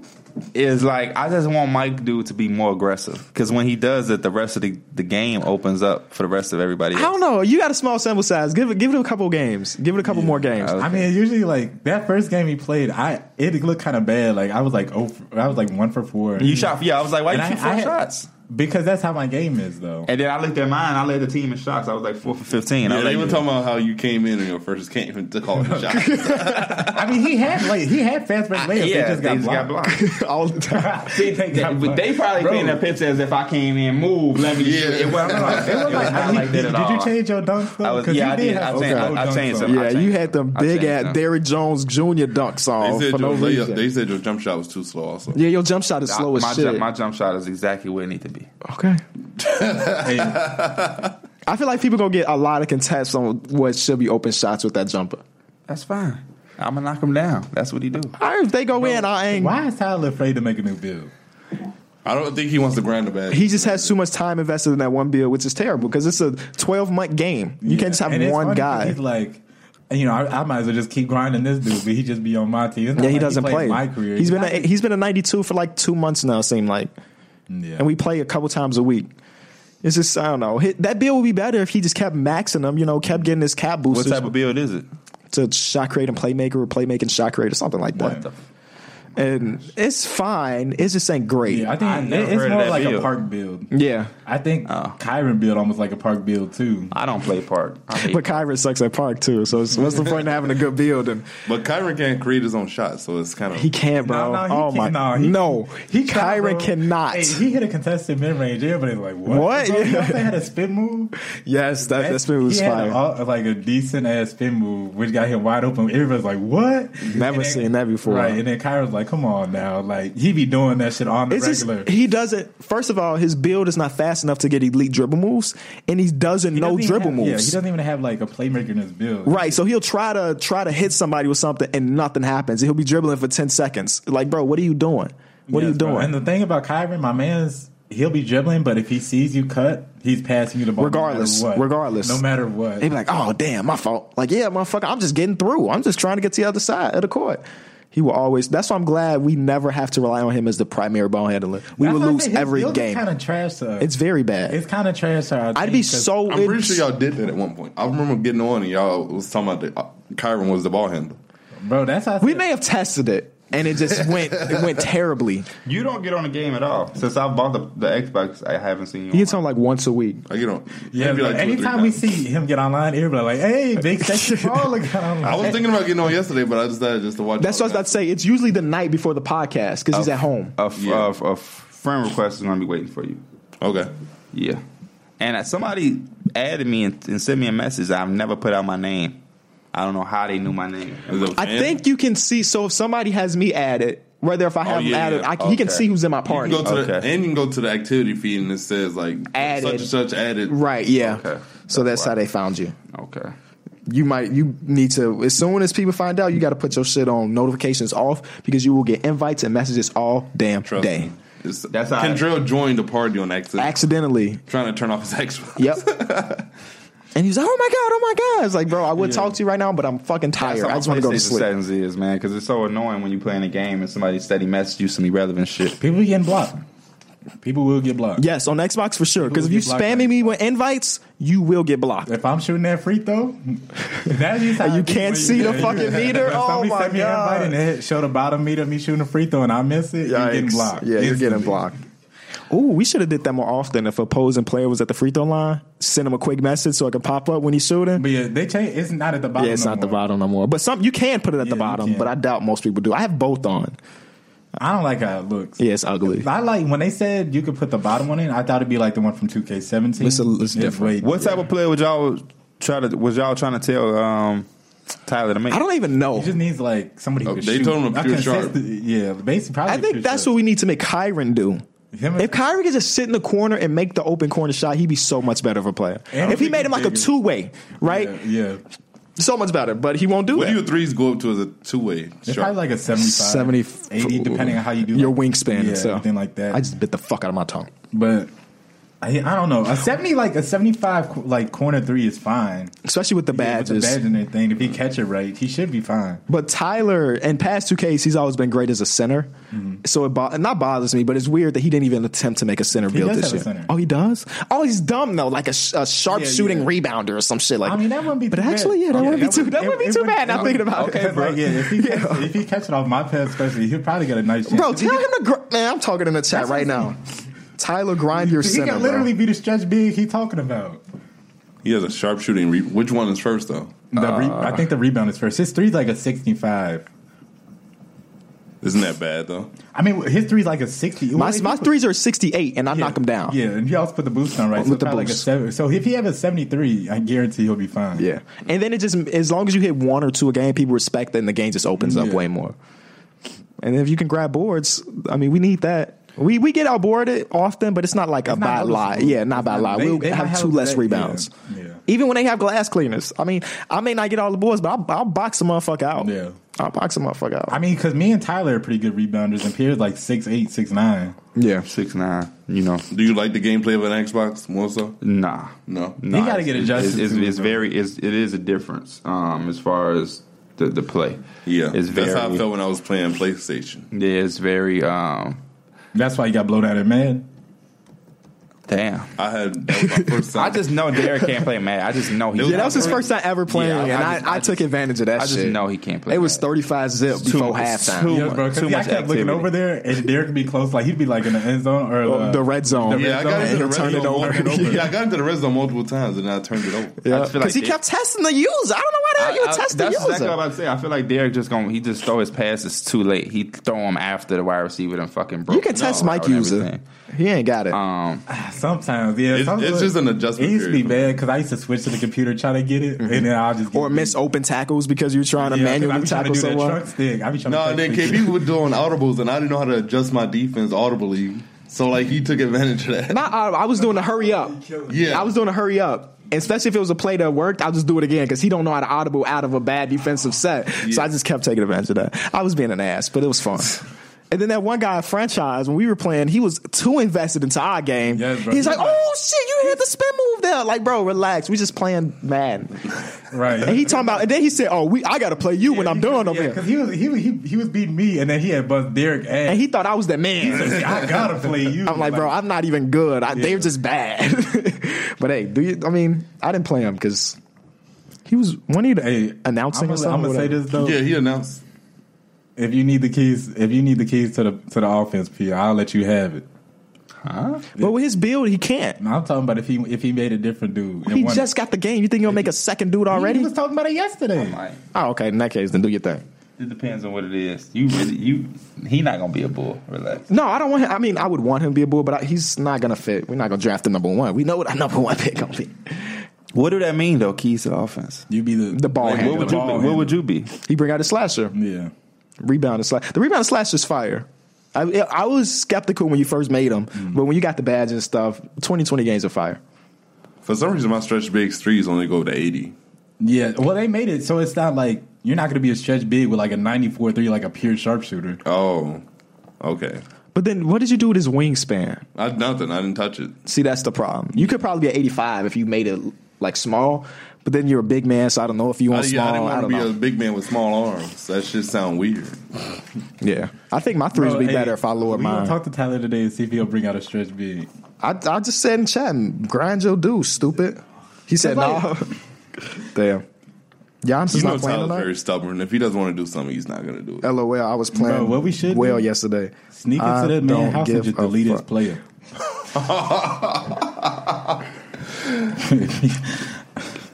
B: is like I just want Mike Dude to be more aggressive because when he does it, the rest of the, the game opens up for the rest of everybody.
A: I don't
B: Else.
A: know. You got a small sample size. Give it, give it a couple games. Give it a couple more games.
B: Uh,
D: I mean, usually like that first game he played, I it looked kind of bad. Like I was like oh, for, I was like one for four.
B: You shot, yeah. I was like, why
D: And
B: you
D: I-
B: shoot four
D: I had-
B: shots?
D: because that's how my game is though.
B: And then I looked at mine. I led the team in shots. I was like four for fifteen. I
C: Yeah,
B: was
C: they
B: like,
C: were talking about how you came in on your first game and took all the shots.
D: I mean, he had like he had fast break layups.
B: yeah,
D: they just got blocked.
A: All the time.
D: They- they
B: They,
D: got
B: but
D: blocked.
B: they probably
D: Bro.
B: painted a picture as if I came in, move, let me shoot. It wasn't like,
D: It was like,
B: not like that
D: did,
B: at
D: did
B: all.
D: you change your dunks though?
B: I was-
D: 'Cause
B: yeah,
D: you
B: I did. I
D: have
B: changed-
D: old
B: I- I
D: dunks,
B: changed
D: though.
B: them.
A: Yeah, you
B: changed
A: had them
B: them. I
A: big
B: changed
A: ass
B: them.
A: Derrick Jones Jr. dunks
C: they,
A: on
C: said
A: for no
C: your layup,
A: reason.
C: they said your jump shot was too slow also.
A: yeah, your jump shot is
B: I-
A: slow as
B: my,
A: shit.
B: Jump, my jump shot is exactly where it need to be.
A: okay.
D: Hey,
A: I feel like people gonna get a lot of contests on what should be open shots with that jumper.
B: That's fine. I'm gonna knock him down. That's what he do.
A: I, if they go in, I ain't.
D: why is Tyler afraid to make a new build?
C: I don't think he wants to grind the bag.
A: He just has too much time invested in that one bill, which is terrible because it's a 12 month game. You can't just have
D: And it's
A: one
D: funny 'cause
A: guy.
D: He's like, and, you know, I, I might as well just keep grinding this dude, but he just be on my team. It's not
A: Yeah, he
D: like
A: doesn't
D: played
A: play.
D: My career.
A: He's been
D: Not-
A: a, he's been a 92 for like two months now. It seemed like,
D: yeah.
A: and we play a couple times a week. It's just I don't know. Hit- That bill would be better if he just kept maxing them. You know, kept getting his cap
B: What
A: boosters.
B: type of build is it?
A: to shot create and playmaker or playmaking shot create or something like that. and it's fine. It's just ain't great.
D: Yeah, I
A: Yeah.
D: think
E: I
D: it-
E: never heard
D: it's
E: of
D: more
E: that
D: like a
E: build.
D: park build.
A: yeah.
D: I think
A: Oh.
D: Kyron build almost like a park build too.
E: I don't play part. I hate-
A: But Kyron sucks at park too. So it's, what's the point of having a good build? And
C: But Kyron can't create his own shot, so it's kind of
A: he can't, bro.
D: No, no, he
A: oh
D: can't.
A: my,
D: No, he-
A: no, he, Kyron
D: Bro,
A: cannot.
D: Hey, he hit a contested mid range. Everybody's like, "What?
A: What?
D: Bro, you know if they had a spin move.
A: yes, that that spin was
D: he had
A: fire.
D: a- like a decent ass spin move, which got him wide open. Everybody's like, "What?
A: Never
D: And
A: seen that before.
D: Right? And then Kyron's like, "Come on now, like he be doing that shit on the
A: It's just
D: regular."
A: he doesn't. First of all, his build is not fast enough to get elite dribble moves, and he doesn't
D: He
A: know
D: doesn't even
A: dribble
D: have- Yeah, he
A: moves.
D: doesn't even have like a playmaker in his build.
A: Right, so he'll try to try to hit somebody with something, and nothing happens. He'll be dribbling for ten seconds. Like, bro, what are you doing? What are you
D: Yes, bro.
A: doing?
D: And the thing about Kyron, my man's he'll be dribbling, but if he sees you cut, he's passing you the ball. no matter
A: Regardless,
D: what.
A: regardless.
D: no matter what.
A: They be like, oh, damn, my fault. Like, yeah, motherfucker, I'm just getting through. I'm just trying to get to the other side of the court. He will always. That's why I'm glad we never have to rely on him as the primary ball handler. We will lose every game.
D: Kind of trash to us.
A: it's very bad.
D: it's kind of trash to our
A: I'd
D: team
A: be
D: 'cause
A: so.
C: I'm pretty sure y'all did that at one point. I remember getting on and y'all was talking about the, uh, Kyron was the ball handler.
D: bro. That's how I
A: we
D: said-
A: may have tested it, and it just went. it went terribly.
B: You don't get on the game at all. Since I bought the, the Xbox, I haven't seen you.
A: He
B: on
A: gets on like once a week.
C: I get on.
D: Yeah,
C: maybe like
D: but
C: two or three
D: anytime we
C: times.
D: see him get online, everybody like, "Hey, big sexy baller got
C: I
D: online."
C: was thinking about getting on yesterday, but I decided just to watch.
A: That's
C: all
A: what I was about to say. It's usually the night before the podcast because
C: Oh.
A: he's at home.
B: a, f-
C: Yeah.
B: a f- a f- friend request is going to be waiting for you.
C: that. Okay.
B: Yeah. And uh, somebody added me and, and sent me a message. I've never put out my name. I don't know how they knew my name.
C: Is it a
A: I
C: fan?
A: think you can see. So if somebody has me added, whether if I have him
C: Oh, yeah,
A: added,
C: yeah.
A: I can, he can
B: Okay.
A: see who's in my
C: You can
A: party.
C: go to the,
B: Okay.
C: and you can go to the activity feed and it says like
A: Added.
C: such and such added.
A: Right. Yeah.
B: Okay.
A: So that's how they found you.
B: Okay.
A: You might you need to as soon as people find out, you got to put your shit on notifications off because you will get invites and messages all damn
C: Trust
A: day.
C: me. It's,
B: That's
C: That's
B: how I-
C: Kendrell joined the party on accident,
A: Accidentally.
C: trying to turn off his Xbox.
A: Yep. and he's like, "Oh my god, oh my god!" It's like, bro, I would talk to you right now, but I'm fucking tired.
B: how
A: I just
B: my
A: want to go to
B: PlayStation
A: sleep.
B: settings is, man, because it's so annoying when you playing a game and somebody steady message you some irrelevant shit.
D: People be getting blocked. People will get blocked.
A: Yes, on Xbox for sure. Because if you
D: People get blocked
A: spamming
D: right
A: me with invites, you will get blocked.
D: If I'm shooting that free throw, that's just how
A: And
D: I
A: you
D: be
A: can't
D: when
A: see the
D: yeah,
A: fucking meter.
D: If
A: Oh
D: somebody
A: my
D: sent me an invite
A: god!
D: And it show the bottom meter of me shooting a free throw and I miss it. You're getting
A: Yikes.
D: blocked.
A: Yeah, you're
D: Instantly.
A: getting blocked. Ooh, we should have did that more often. If a opposing player was at the free throw line, send him a quick message so it can pop up when he's shooting.
D: But yeah, they change. It's not at the bottom.
A: Yeah, it's
D: no
A: not the
D: more.
A: bottom no more. But some you can put it at the
D: Yeah, you
A: bottom,
D: can.
A: but I doubt most people do. I have both on.
D: I don't like how it looks.
A: Yeah, it's ugly.
D: I like when they said you could put the bottom one in. I thought it'd be like the one from 2K17.
A: It's a- it's different.
D: way-
B: What type of player would y'all try to was y'all trying to tell um, Tyler to make?
A: I don't even know.
D: He just needs like somebody who
C: Oh,
D: can
C: they
D: shoot.
C: told him to
D: A
C: pure sharp.
D: consistent- Yeah, basically. Probably
A: I think that's what we need to make Kyron do.
D: Him-
A: If Kyron could just sit in the corner and make the open corner shot, he'd be so much better of a player.
D: And
A: if he
D: he
A: made
D: can
A: him like a
D: figure-
A: two way, right?
D: Yeah, yeah.
A: So much better, but he won't do
C: What
A: that.
C: do your threes go up to as a two way
D: It's probably
C: shot?
D: like a 75,
A: 70,
D: 80, depending on how you do
A: your
D: like-
A: wingspan.
D: yeah,
A: and so
D: everything like that.
A: I just bit the fuck out of my tongue.
D: but I, I don't know. A seventy, like a seventy-five, co- like corner three is fine.
A: especially with the
D: With the
A: badges.
D: badge and everything, if he catch it right, he should be fine.
A: But Tyler, in past two Ks, he's always been great as a center.
D: Mm-hmm.
A: So it bo- not bothers me, but it's weird that he didn't even attempt to make a center build
D: does
A: this
D: have a
A: year.
D: center.
A: Oh, he does. Oh, he's dumb though, like a, sh- a sharp
D: Yeah,
A: shooting
D: yeah.
A: rebounder or some shit like.
D: I mean, that wouldn't be.
A: But
D: too bad.
A: actually, yeah, that
D: Okay,
A: wouldn't be too. That
D: it-
A: wouldn't be
D: it
A: too
D: wouldn't-
A: bad. Now thinking about
D: Okay,
A: it.
D: bro. Like, yeah, if he
A: Yeah.
D: catch, if he catch it off my pass, especially, he'll probably get a nice. Chance.
A: Bro,
D: If he
A: tell
D: get-
A: him to. Gr- man, I'm talking in the chat
D: That's
A: right
D: what I'm
A: now. Tyler, grind your
D: He
A: center.
D: can
A: bro.
D: literally be the stretch big he talking about.
C: He has a sharp shooting. Re- which one is first though?
D: The re-
A: Uh.
D: I think the rebound is first. His three's like a sixty-five.
C: Isn't that bad though?
D: I mean, his three's like a sixty.
A: my
D: Well,
A: my
D: if he-
A: threes are 68, and I knock them down.
D: Yeah, and he also put the boost on right. So
A: With the
D: probably like a
A: boost.
D: seven. So if he have a seventy-three, I guarantee he'll be fine.
A: Yeah. And then it just, as long as you hit one or two a game, people respect that and the game just opens up
D: Yeah.
A: way more. And if you can grab boards, I mean, we need that. We we get outboarded often, but it's not like a
D: not
A: by a lot.
D: noticeable.
A: Yeah, not
D: It's
A: by a
D: not-
A: lot.
D: they-
A: We'll
D: they might
A: have
D: have
A: two less
D: that- yeah,
A: rebounds.
D: yeah.
A: Even when they have glass cleaners. I mean, I may not get all the boards, but I'll, I'll box a motherfucker out.
D: Yeah.
A: I'll box a motherfucker out.
D: I mean, because me and Tyler are pretty good rebounders, and Pierre's like six eight, six nine.
A: yeah.
B: Six nine. You know,
C: Do you like the gameplay of an Xbox more so?
B: nah.
C: No.
B: Nah,
D: gotta
B: it's-
D: get adjusted
B: It's, it's,
D: to it,
B: it's
D: though.
B: very. It's, it is a difference um, as far as the, the play.
C: Yeah,
B: it's very.
C: that's how I felt when I was playing PlayStation.
B: Yeah, it's very. Um,
D: That's why you got blown out at man.
E: Damn.
C: I had that was my first time.
E: I just know Derek can't play Madden. I just know he.
B: Yeah,
E: can't
A: Yeah, that was his
E: play.
A: first time ever playing,
E: I- I
A: and I,
E: just-
A: I,
E: I
A: took
E: just-
A: advantage of that
E: I just
A: shit.
E: know he can't play
A: It was
E: that.
A: 35 zip
E: Too
A: before
E: much-
A: halftime.
E: too
D: Yeah,
E: much-
D: bro. 'cause
E: too
D: see, I
E: much
D: kept looking
E: activity.
D: over there, and Derek would be close. Like he'd be like in the end zone or uh,
A: Oh, the red zone.
D: the
C: yeah, I got
D: red
C: into
A: zone.
C: the red
A: Turn
C: zone.
A: it over.
C: multiple- Yeah, I got into the red zone multiple times and I turned it over.
A: Yeah,
E: just feel
A: because
E: like
A: Uh, he
E: they-
A: kept testing the user. I don't know why the hell you
E: I-
A: would
E: I-
A: test the
E: that's
A: user.
E: exactly what I'm saying. I feel like Derek just going to he just throw his passes too late. He throw them after the wide receiver and fucking broke.
A: you can
E: the
A: test
E: route
A: Mike
E: and
A: user.
E: everything.
A: He ain't got it.
E: Um,
D: Sometimes, yeah.
C: It's-
D: sometimes-
C: it's just an adjustment
D: It used to be
C: period for me.
D: bad because I used to switch to the computer trying to get it, and then I'll just
A: Mm-hmm.
D: get
A: or miss open tackles because you're trying to
D: Yeah, 'cause I be
A: manually
D: trying to
A: tackle
D: do that
A: someone.
D: Truck stick. I be trying
C: No,
D: to
C: and then
D: play free-
C: KB would do on audibles, and I didn't know how to adjust my defense audibly. So like he took advantage of that.
A: Nah, I, I was doing a hurry up.
C: Yeah.
A: I was doing a hurry up. And Especially if it was a play that worked, I'll just do it again because he don't know how to audible out of a bad defensive set. So I just kept taking advantage of that. I was being an ass, but it was fun. And then that one guy at franchise when we were playing, he was too invested into our game.
D: Yes, bro.
A: He's like, "Oh shit, you had the spin move there!" Like, bro, relax. We just playing Madden.
D: right?
A: And he talking about, and then he said, "Oh, we, I got to play you when I'm done over
D: because
A: here."
D: he was he, was- he he was beating me, and then he had buzzed Derek
A: And
D: ass.
A: he thought I was that man.
D: I gotta play you.
A: I'm like, bro, I'm not even good. I,
D: Yeah.
A: They're just bad. but hey, do you? I mean, I didn't play him because he was when he
D: Hey,
A: announcing or
D: I'm
A: something.
D: gonna say
A: whatever.
D: this though.
C: Yeah, he announced.
D: If you need the keys, if you need the keys to the to the offense, P, I'll let you have it.
A: but with his build, he can't.
D: No, I'm talking about if he if he made a different dude. and
A: He
D: won it.
A: just got the game. You think he'll make a second dude
D: He-
A: already?
D: He was talking about it yesterday.
E: like,
A: Oh, okay. In that case, then do your thing.
E: it depends on what it is. You really you he not gonna be a bull. Relax.
A: No, I don't want him. I mean, I would want him to be a bull, but I, he's not gonna fit. We're not gonna draft the number one. We know what our number one pick gonna be.
E: What do that mean though? Keys to the offense.
D: You be the
A: The ball
D: like,
E: What
A: handler.
E: would you be? What would you be?
A: He bring out a slasher,
D: Yeah.
A: rebound and slash. The rebound and slash is fire. I, I was skeptical when you first made him,
D: Mm.
A: but when you got the badge and stuff, 2020 games are fire.
C: For some reason, my stretch bigs threes only go to eighty.
D: Yeah. Well, they made it so it's not like you're not going to be a stretch big with like a 94 3, like a pure sharpshooter.
C: Oh, okay.
A: But then, what did you do with his wingspan?
C: I nothing. I didn't touch it.
A: See, that's the problem. You could probably be at 85 if you made it like small, but then you're a big man, so I don't know if you
C: I,
D: Uh,
A: want
C: yeah, I didn't
A: small. I,
C: want to
A: don't
C: be
A: know.
C: a big man with small arms. That shit sound weird.
A: yeah, I think my threes
D: Bro,
A: would be
D: hey,
A: better if I lowered
D: we gonna
A: mine.
D: talk to Tyler today and see if he'll bring out a stretch big.
A: I, I just said in chat, grind your dude, stupid. He said, no. Nah. Damn. Giannis
C: You
A: is
C: know,
A: not playing
C: Tyler's
A: tonight.
C: very stubborn. If he doesn't want to do something, he's not gonna do it.
A: LOL, I was playing
D: Bro, what we should
A: well
D: do-
A: yesterday.
D: Sneak into
A: I
D: that man
A: don't
D: house and
A: give
D: just
A: a
D: delete his
A: fuck.
D: player.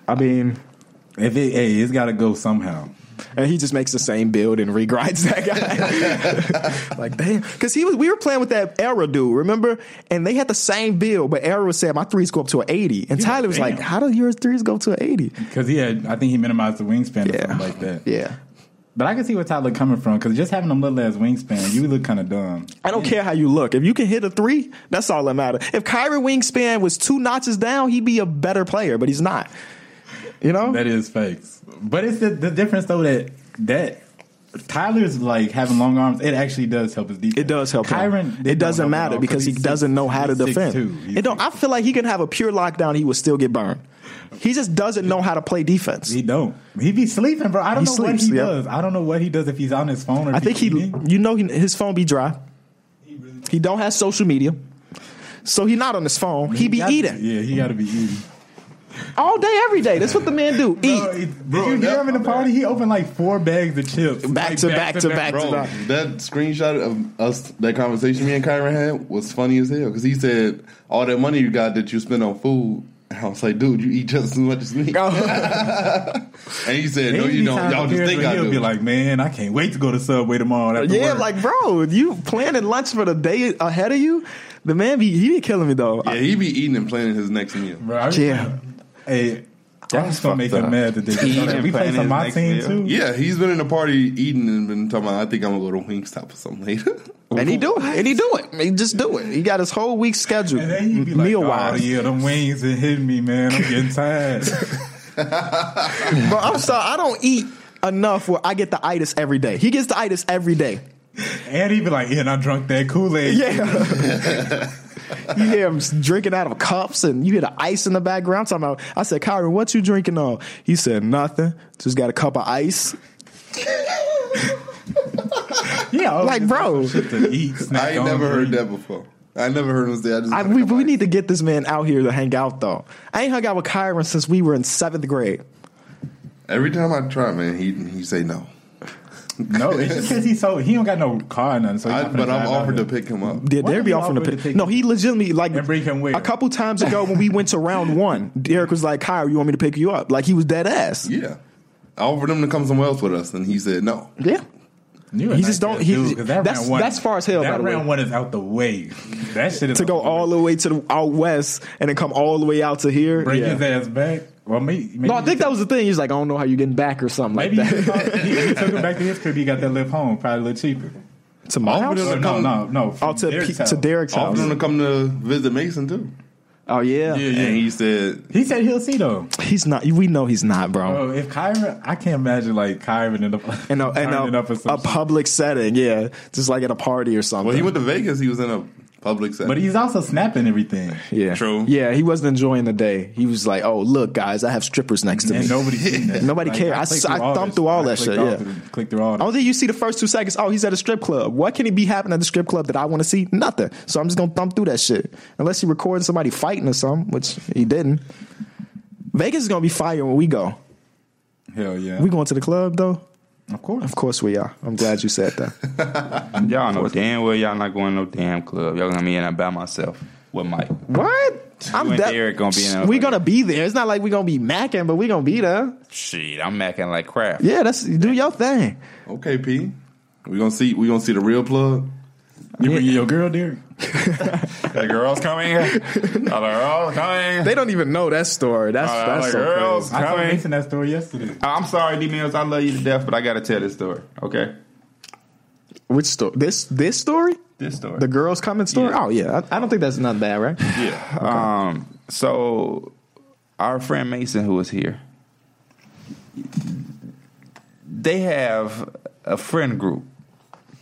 A: I mean,
D: If it, hey, it's got to go somehow.
A: and he just makes the same build and regrinds that guy. like damn, because he was we were playing with that era dude, remember? And they had the same build, but era said my threes go up to an eighty, and Tyler was like,
D: damn.
A: "How do your threes go to an 80?
D: Because he had, I think he minimized the wingspan or something like that.
A: yeah.
D: But I can see where Tyler coming from because just having them little ass wingspan, you look kind of dumb.
A: I don't care how you look. If you can hit a three, that's all that matters. If Kyrie wingspan was two notches down, he'd be a better player, but he's not. You know,
D: That is fakes. But it's the, the difference though that that Tyler's like having long arms. It actually does help his defense.
A: It does help
D: Kyron,
A: him.
D: they
A: It
D: don't
A: doesn't
D: help him
A: matter
D: out
A: because he
D: he's
A: doesn't
D: six-
A: know how to
D: he's
A: defend.
D: 6'2". He's
A: It don't. I
D: 6'2".
A: feel like he can have a pure lockdown. He would still get burned. He just doesn't know how to play defense.
D: He don't. He be sleeping, bro. I don't
A: He
D: know
A: sleeps,
D: what he
A: yep.
D: does. I don't know what he does if he's on his phone or.
A: I
D: if
A: think he,
D: he's eating.
A: you know, he, his phone be dry. He don't have social media, so he not on his phone. He be
D: gotta-
A: eating
D: Yeah, he got to be eating.
A: all day, every day. That's what the man do.
D: Bro,
A: Eat
D: did you hear him in the party? He opened like four bags of chips.
A: back
D: Like,
A: to back to back to
C: Bro,
A: back.
C: that screenshot of us, that conversation me and Kyron had was funny as hell because he said, All that money you got that you spend on food. And I was like, Dude, you eat just as much as me.
A: Oh.
C: And he said, No, you don't. Y'all just think I
D: He'll
C: do.
D: be like, man, I can't wait to go to Subway tomorrow. after
A: Yeah,
D: work."
A: like bro, you planning lunch for the day ahead of you. The man be he be killing me though.
C: yeah, he be eating and planning his next meal.
D: Bro, I-
A: Yeah.
D: Hey, I'm just gonna make
E: fucked
D: him
E: up.
D: mad today.
E: He
D: Like,
E: even
D: we play
E: planning
D: some
E: his
D: my
E: next
D: team
E: meal.
D: too.
C: Yeah, he's been in the party eating and been talking about, I think I'm going to go to Wingstop or something later.
A: And he do it. And he do it. He just do it. He got his whole week scheduled.
D: And then he'd be like,
A: meal
D: oh,
A: wise.
D: yeah, them wings are hitting me, man. I'm getting tired.
A: Bro, I'm sorry, I don't eat enough where I get the itis every day. He gets the itis every day.
D: and he'd be like, yeah, and I drunk that Kool-Aid.
A: Yeah. you hear him drinking out of cups and you hear the ice in the background. I'm talking about, I said, Kyron, what you drinking on? He said, nothing. Just got a cup of ice.
D: Yeah, I was
A: Like,
D: just
A: bro.
D: looking for shit to eat, snack
C: I ain't
D: on,
C: never heard
D: drink.
C: that before. I never heard him say. I just
A: I, we, we need to get this man out here to hang out though. I ain't hung out with Kyron since we were in seventh grade.
C: every time I try, man, he he say no.
D: No, it's just because he's so he don't got no car or nothing. So he's
C: I,
D: not finna
C: but
D: drive
C: I'm
D: out
C: offered
D: here.
C: to pick him up.
A: Did
D: Why
A: they
D: are
A: be
D: you
A: offering to
D: offering to
A: pick?
D: pick
A: No,
D: him?
A: he legitimately like
D: And bring him where?
A: a couple times ago when we went to round one. Derek was like, "Kyron, you want me to pick you up?" Like he was dead ass.
C: Yeah, I offered him to come somewhere else with us, and he said no.
A: Yeah.
D: You a
A: He just
D: nice
A: don't-
D: ass
A: he-
D: dude, 'cause that
A: that's-
D: round one-
A: that's far as hell, by
D: That
A: the way.
D: round one is out the way. That shit is
A: To go
D: out the way.
A: all the way to the, out west and then come all the way out to here.
D: bring
A: yeah.
D: his ass back. Well, me. maybe
A: No, I
D: he
A: think
D: took-
A: that was the thing. He's like, I don't know how you getting back or something
D: Maybe
A: like
D: he,
A: that.
D: he, he took him back to his crib. He got that live home, probably a little cheaper.
A: to my
C: Offered
A: house?
C: him
D: Or
C: to
D: no,
C: come.
D: no, no.
A: Oh,
D: from
A: to,
D: Derek's
A: Pete-
D: house.
A: to Derek's
C: Offered him
A: house.
C: to come to visit Mason too.
A: Oh, yeah.
C: And he said
D: He said he'll see though.
A: He's not. We know he's not, bro.
D: Oh, if Kyron, I can't imagine like Kyron in a
A: in a, in
D: Kyron
A: a,
D: in up or
A: a
D: some shit.
A: public setting, yeah, just like at a party or something.
C: Well, he went to Vegas. He was in a public setting.
D: But he's also snapping everything,
A: yeah,
C: True.
A: Yeah, he wasn't enjoying the day. He was like, "Oh, look, guys, I have strippers next to me."
D: and nobody seen that.
A: Nobody cared. I
D: clicked
A: s- I
D: all
A: thumbed
D: this.
A: through all
D: I
A: that
D: clicked
A: shit,
D: all
A: yeah.
D: through- clicked through all.
A: I
D: That.
A: don't think you see the first two seconds. Oh, he's at a strip club. What can he be happening at the strip club that I want to see? Nothing. So I'm just gonna thump through that shit. Unless he recorded somebody fighting or something, which he didn't. Vegas is gonna be fire when we go.
D: Hell yeah.
A: We going to the club though?
D: of course.
A: Of course we are. I'm glad you said that.
B: Y'all know damn well y'all not going to no damn club. Y'all gonna be in there by myself with Mike.
A: what? I'm
B: and
A: de-
B: Derek gonna be in there.
A: We gonna be there. It's not like we gonna be macking, but we gonna be there.
B: Shit, I'm macking like crap.
A: Yeah, that's do your thing.
C: okay, P. We gonna see. We gonna see the real plug.
D: You bringing your girl, Derek?
B: The girls coming. Are the girls coming?
A: They don't even know that story. That's
B: Are
A: that's
B: the
A: so
B: girls
A: crazy.
D: I told
B: coming?
D: Mason that story yesterday.
B: I'm sorry, D Mills. I love you to death, but I gotta tell this story. Okay,
A: Which story? This this story?
B: this story.
A: The girls coming story?
B: Yeah.
A: Oh yeah, I, I don't think that's not bad, right?
B: yeah. Um. So, our friend Mason, who was here, they have a friend group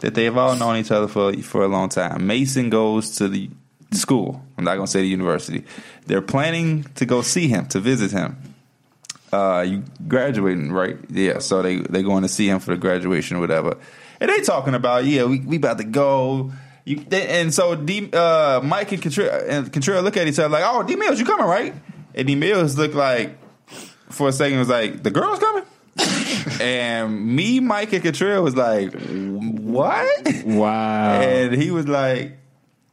B: that they've all known each other for for a long time. Mason goes to the school. I'm not gonna say the university. They're planning to go see him to visit him. Uh, you graduating, right? Yeah. So they they going to see him for the graduation, or whatever. And they talking about, yeah, we we about to go. You they, and so D, uh, Mike and Contreras, and Contreras look at each other like, oh, D Mills, you coming, right? And D Mills looked like for a second was like, the girl's coming. and me, Mike, and Contreras was like, what?
A: Wow.
B: And he was like,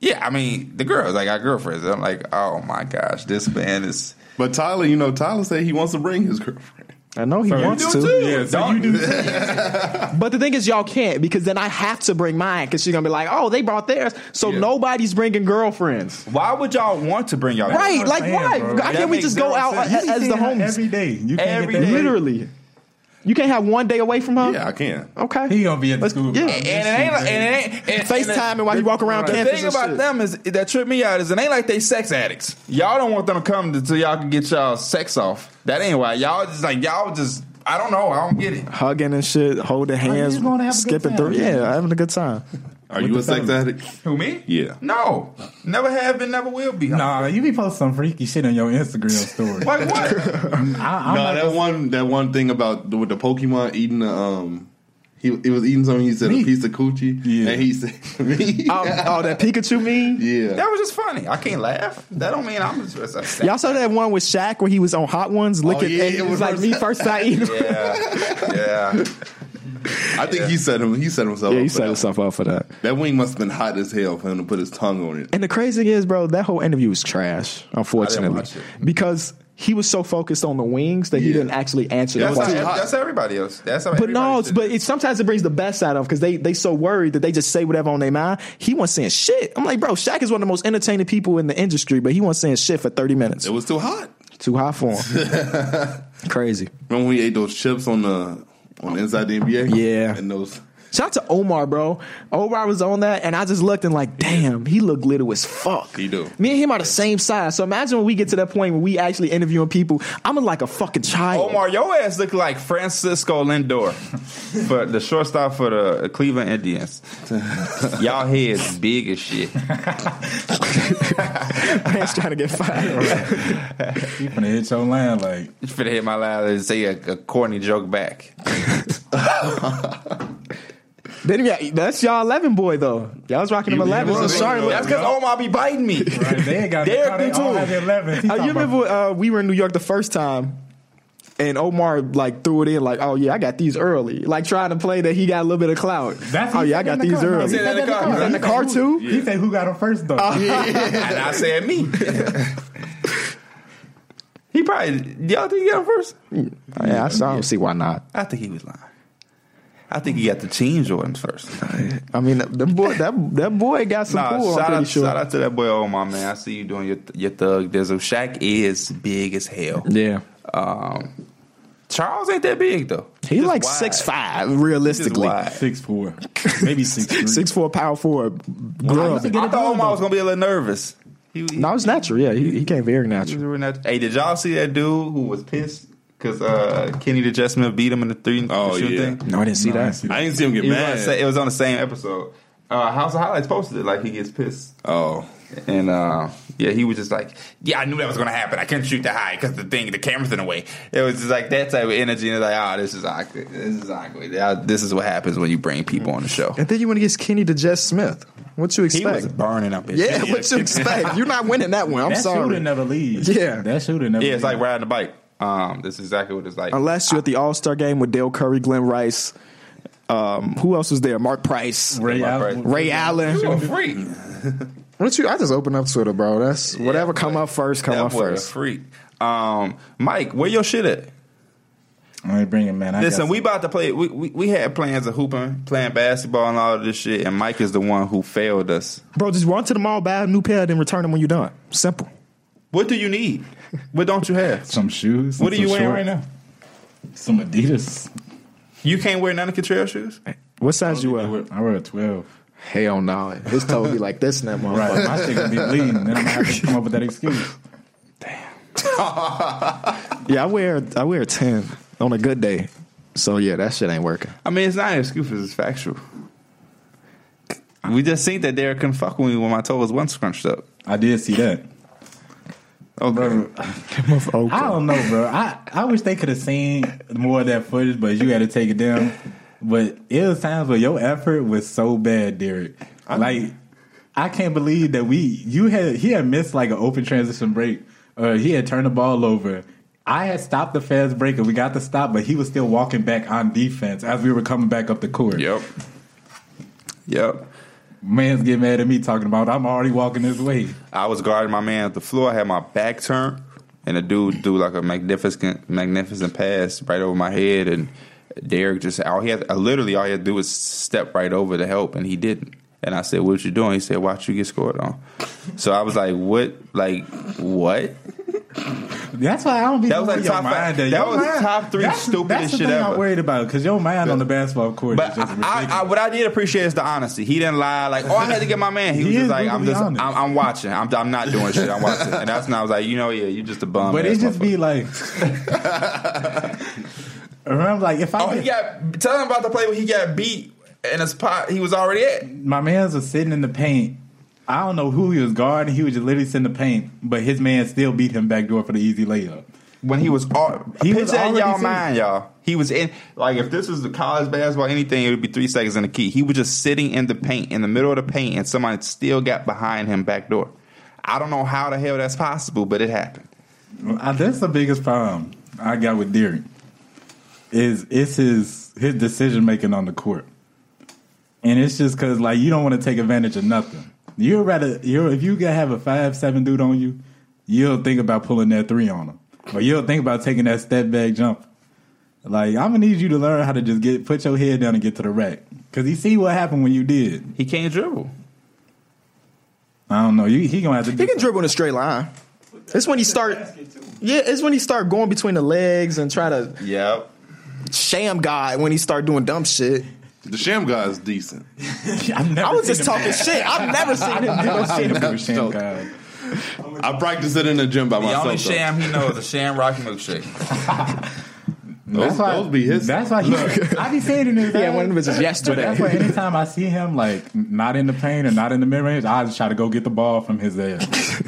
B: yeah, I mean, the girls, I got girlfriends. I'm like, oh my gosh, this man is.
C: But Tyler, you know, Tyler said he wants to bring his girlfriend.
A: I know he wants to.
B: Yeah,
D: so you do too.
A: But the thing is, y'all can't because then I have to bring mine because she's gonna be like, "Oh, they brought theirs," so nobody's bringing girlfriends,
B: Why would y'all want to bring y'all?
A: right?
D: what
A: Like,
D: I'm
A: why?
D: saying, bro.
A: Why
B: That
A: can't we
B: makes
A: just go
B: zero
A: out
B: sense.
A: as, as the
D: home
A: homes?
D: every day. You can't
B: Every
D: get that
B: day.
A: Literally, you can't have one day away from her.
C: Yeah, I can.
A: Okay.
D: He gonna be in
A: Let's-
D: school.
A: yeah.
D: bro.
B: And it ain't like and it ain't and,
A: FaceTime and while you walk around
B: The
A: campus
B: thing
A: and
B: about
A: shit.
B: them is that tripped me out is it ain't like they sex addicts. Y'all don't want them to come until y'all can get y'all sex off. That ain't why. Y'all just like y'all just I don't know. I don't get it.
A: Hugging and shit, holding hands,
D: just wanna have a good
A: skipping
D: time.
A: through. Yeah, having a good time.
C: Are you a sex addict?
B: Who me?
C: Yeah.
B: No. Never have been. Never will be.
D: Nah, you be posting some freaky shit on your Instagram story.
B: Like what?
D: I, I'm
C: No,
D: not
C: that one, that one thing about the, with the Pokemon eating the um, he it was eating something. He said
D: Me.
C: a piece of coochie,
D: Yeah.
C: and he said me.
A: Oh, oh, that Pikachu meme.
C: yeah,
B: that was just funny. I can't laugh. That don't mean I'm just upset.
A: Y'all saw that one with Shaq where he was on Hot Ones licking.
C: yeah,
A: and
C: it
A: it was
C: was
A: like
C: her-
A: me first I eat. him."
B: Yeah. Yeah.
C: I think he set him. He set himself.
A: Yeah,
C: up
A: you
C: for
A: set
C: that.
A: yourself up for that.
C: That wing must have been hot as hell for him to put his tongue on it.
A: And the crazy thing is, bro, that whole interview was trash, unfortunately.
B: watch it.
A: Because he was so focused on the wings that he
C: Yeah.
A: didn't actually answer the
B: That's,
A: question.
B: how, that's how everybody else. That's how
A: But no,
B: everybody
A: it's,
B: should
A: but it, sometimes it brings the best out of because they they so worried that they just say whatever on their mind. He wasn't saying shit. I'm like, bro, Shaq is one of the most entertaining people in the industry, but he wasn't saying shit for 30 minutes.
C: It was too hot.
A: Too high for him. crazy.
C: Remember when we ate those chips on the on the inside the NBA?
A: Yeah.
C: and those.
A: Shout out to Omar, bro. Omar was on that, and I just looked and like, damn, he looked little as fuck.
C: He do.
A: Me and him are the same size, so imagine when we get to that point when we actually interviewing people. I'm like a fucking child.
B: Omar, your ass look like Francisco Lindor for the shortstop for the Cleveland Indians. Y'all heads big as shit.
A: Man's trying to get fired.
D: You finna hit your line like
B: You finna hit my line and say a, a corny joke back.
A: Then you got that's y'all eleven boy though. Y'all was rocking them elevens in
D: was.
A: Charlotte.
B: That's because Omar be biting me.
D: Right, they ain't got
B: Derek
D: no, they
B: do
D: all
B: too.
D: have 11. He
A: Uh,
D: talking
A: you
D: about-
A: remember uh, we were in New York the first time, and Omar like threw it in like, "Oh yeah, I got these early." Like trying to play that he got a little bit of clout.
D: That's-
A: oh
D: he
A: yeah, I
D: said
A: got
D: that in
A: these
D: the car. No,
A: early.
D: he said that in the
B: car.
A: He's in the car too.
D: He said, "Who got him first though?"
B: and I said me. he probably y'all think he got him first?
A: Oh, yeah, I, saw- I don't see why not.
B: I think he was lying. I think he got the team Jordans
A: Uh,
B: first.
A: I mean, that that boy, that that boy got some
B: Nah,
A: cool. I'm
B: shout,
A: pretty
B: out,
A: sure.
B: shout out to that boy Omar, man. I see you doing your your thug dizzle. Shaq is big as hell.
A: Yeah,
B: Um, Charles ain't that big though.
A: he
B: just
A: like
B: wide.
A: six five
B: He's just
A: realistically.
B: wide.
D: Six four, maybe six three.
A: Six four power forward. Grub.
B: I thought Omar was gonna be a little nervous. He, he,
A: No, it's natural. Yeah, he, he came very
B: he
A: natural.
B: was really not- Hey, did y'all see that dude who was pissed because uh, Kenny the Judgment beat him in the three?
C: Oh,
B: the shoot
C: yeah.
B: thing?
A: No, I didn't see
D: I
A: that.
D: see that.
C: I didn't see him get
B: It was, on
C: mad.
B: the, sa- it was on the same episode. Uh, House of Highlights posted it like he gets pissed.
C: oh,
B: And uh, yeah, he was just like, "Yeah, I knew that was gonna happen. I couldn't shoot that high because the thing, the camera's in the way." It was just like that type of energy, and it's like, "Ah, this is awkward. This is awkward. Yeah, This is what happens when you bring people on the show."
A: And then you want to get Kenny to Jess Smith. What you
B: He
A: expect?
B: was burning up. His
A: yeah, what you expect? You're not winning that one. I'm
D: that
A: sorry.
D: shooter never leaves.
A: Yeah.
D: that shooter never.
B: yeah, it's like
D: leaves.
B: riding a bike. Um, that's exactly what it's like.
A: Unless you're at the All Star game with Dale Curry, Glenn Rice. Um, who else was there? Mark Price, Ray,
D: Ray
B: my
D: Allen.
B: friend. you a
A: Allen.
B: freak.
A: What you? I just open up Twitter, bro. That's whatever
B: boy.
A: come up first, come
B: That
A: up
B: boy a
A: first.
B: freak. Um, Mike, where your shit at?
D: I ain't bringing man. I
B: Listen,
D: got
B: we
D: some-
B: about to play. We, we we had plans of hooping, playing basketball, and all of this shit. And Mike is the one who failed us.
A: Bro, just run to the mall, buy a new pair, then return them when you're done. Simple.
B: What do you need? What don't you have?
D: some shoes.
B: What are
D: some
B: you wearing right
D: shorts,
B: now?
D: Some Adidas.
B: You can't wear none of Contreras shoes.
A: What size you
C: think
A: wear?
D: I wear a twelve.
A: Hell no. His toe would be like this in that motherfucker.
D: Right, my shit gonna be bleeding. Then I'm gonna have to come up with that excuse.
A: Yeah, I wear I wear a ten on a good day. So yeah, that shit ain't working.
B: I mean, it's not an excuse. It's factual. We just seen that Derek couldn't fuck with me when my toe was one scrunched up.
D: I did see that.
B: Oh,
D: Bro,
A: Oh,
D: I don't know, bro. I, I wish they could have seen more of that footage, but you had to take it down. But it was times where your effort was so bad, Derek. Like I can't believe that we you had he had missed like an open transition break. Uh, he had turned the ball over. I had stopped the fast break and we got the stop, but he was still walking back on defense as we were coming back up the court.
B: Yep. Yep.
D: Man's getting mad at me talking about I'm already walking this way.
B: I was guarding my man at the floor. I had my back turned, and the dude do like a magnificent, magnificent pass right over my head, and Derek just all he had, uh, literally all he had to do was step right over to help, and he didn't. And I said, "What you doing?" He said, "Watch you get scored on." So I was like, "What? Like what?"
D: That's why I don't be.
B: That was
D: knowing
B: like
D: your
B: top five-
D: mind,
B: that
D: your
B: was
D: mind-
B: top three
D: that's,
B: stupidest
D: that's the
B: shit
D: thing
B: ever.
D: I'm worried about because your mind on the basketball court is
B: But
D: just
B: I,
D: ridiculous.
B: I, what I did appreciate is the honesty. He didn't lie like, "Oh, I had to get my man." He,
D: He
B: was
D: is
B: just like, "I'm
D: brutally
B: just, I'm,
D: honest.
B: I'm watching. I'm, I'm not doing shit. I'm watching." And that's when I was like, "You know, yeah, you just a bum."
D: but
B: ass
D: it just
B: motherfucker."
D: be like. Remember, like if I
B: Oh, he got. Tell him about the play where he got beat in a spot he was already at.
D: my man's was sitting in the paint. I don't know who he was guarding. He was just literally sitting in the paint, but his man still beat him backdoor for the easy layup.
B: When he was all.
D: He
B: picture
D: was
B: that in
D: already
B: y'all
D: seen.
B: mind, y'all. He was in. Like, if this was the college basketball, anything, it would be three seconds in the key. He was just sitting in the paint, in the middle of the paint, and somebody still got behind him backdoor. I don't know how the hell that's possible, but it happened.
D: I, Uh, that's the biggest problem I got with Deering is it's his his decision making on the court, and it's just because like you don't want to take advantage of nothing. You'd rather you if you can have a five seven dude on you, you'll think about pulling that three on him, or you'll think about taking that step back jump. Like I'm gonna need you to learn how to just get put your head down and get to the rack because you see what happened when you did.
B: He can't dribble.
D: I don't know. You, he gonna have to.
A: He
D: Do,
A: can dribble in a straight line. It's when he start. Yeah, it's when he start going between the legs and try to
B: Yep.
A: sham guy when he start doing dumb shit.
C: the Sham guy is decent.
D: I've never
A: I was
D: seen
A: just
D: him-
A: talking shit. I've never seen him do no
D: I've seen
A: shit.
D: him do a sham guy.
C: I practice it in the gym by
B: The
C: myself.
B: only
C: though.
B: sham he knows is a sham rocky milkshake.
D: That's
C: Those-
D: why,
C: those be his-
D: That's why he, I be saying it in his
A: Yeah,
D: eyes.
A: one of his is yesterday.
D: But that's why anytime I see him like not in the paint or not in the mid range, I just try to go get the ball from his ass.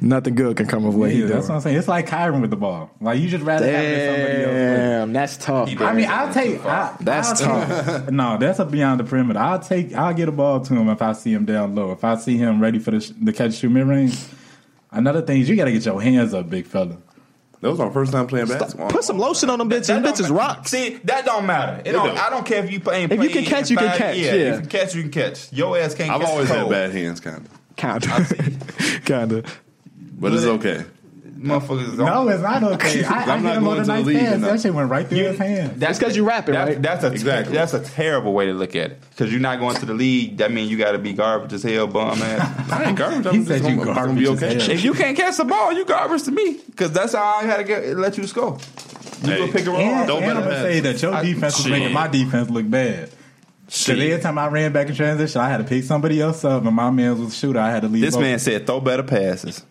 A: Nothing good can come of what he
D: Yeah, that's
A: does.
D: what I'm saying. It's like Kyron with the ball. Like you just rather have it than somebody else. play.
A: Damn, that's tough.
F: He
D: I mean, I'll
F: That's
D: take.
F: too far.
D: I,
A: That's
D: I'll Take, no, that's a beyond the perimeter. I'll take. I'll get a ball to him if I see him down low. If I see him ready for the, sh- the catch shoot mid range. Another thing is you got to get your hands up, big fella.
C: That was our first time playing basketball.
A: Put some lotion on them bitches. Them
B: That
A: bitches
B: don't ma-
A: rocks.
B: See, that don't matter. It don't,
C: don't.
B: I don't care if you play. If
A: you can catch, you can catch, yeah.
B: you can catch, you can catch. Your ass can't.
C: I've
B: catch the
C: always had
B: cold.
C: bad hands, kind of,
A: Kinda, kinda.
C: but it's okay.
B: Motherfuckers.
D: No,
B: don't-
D: it's not okay. I, I
C: I'm
D: get
C: not
D: him on
C: going
D: the
C: to the
D: nice
C: league
D: pass.
C: tonight.
D: That shit went right through his hand.
A: That's because you rapping,
B: That-
A: right?
B: That's a
C: Exactly.
B: that's a terrible way to look at it because you're not going to the league. That means you got to be garbage as hell, bum man.
C: I ain't garbage. I'm
D: He
C: just
D: said
C: gonna,
D: you
C: it's gonna
D: garbage
C: be
D: as
C: okay.
D: hell.
B: if you can't catch the ball, you garbage to me because that's how I had to get let you score. You
C: Hey.
B: go pick and roll.
D: And,
C: Don't
D: and
C: let
D: I'm
C: him
D: gonna
C: pass.
D: say that your
B: I-
D: defense was making
C: Shit.
D: my defense look bad. Cause every time I ran back in transition, I had to pick somebody else up, and my man was a shooter. I had to leave.
B: This
D: open.
B: man said, "Throw better passes."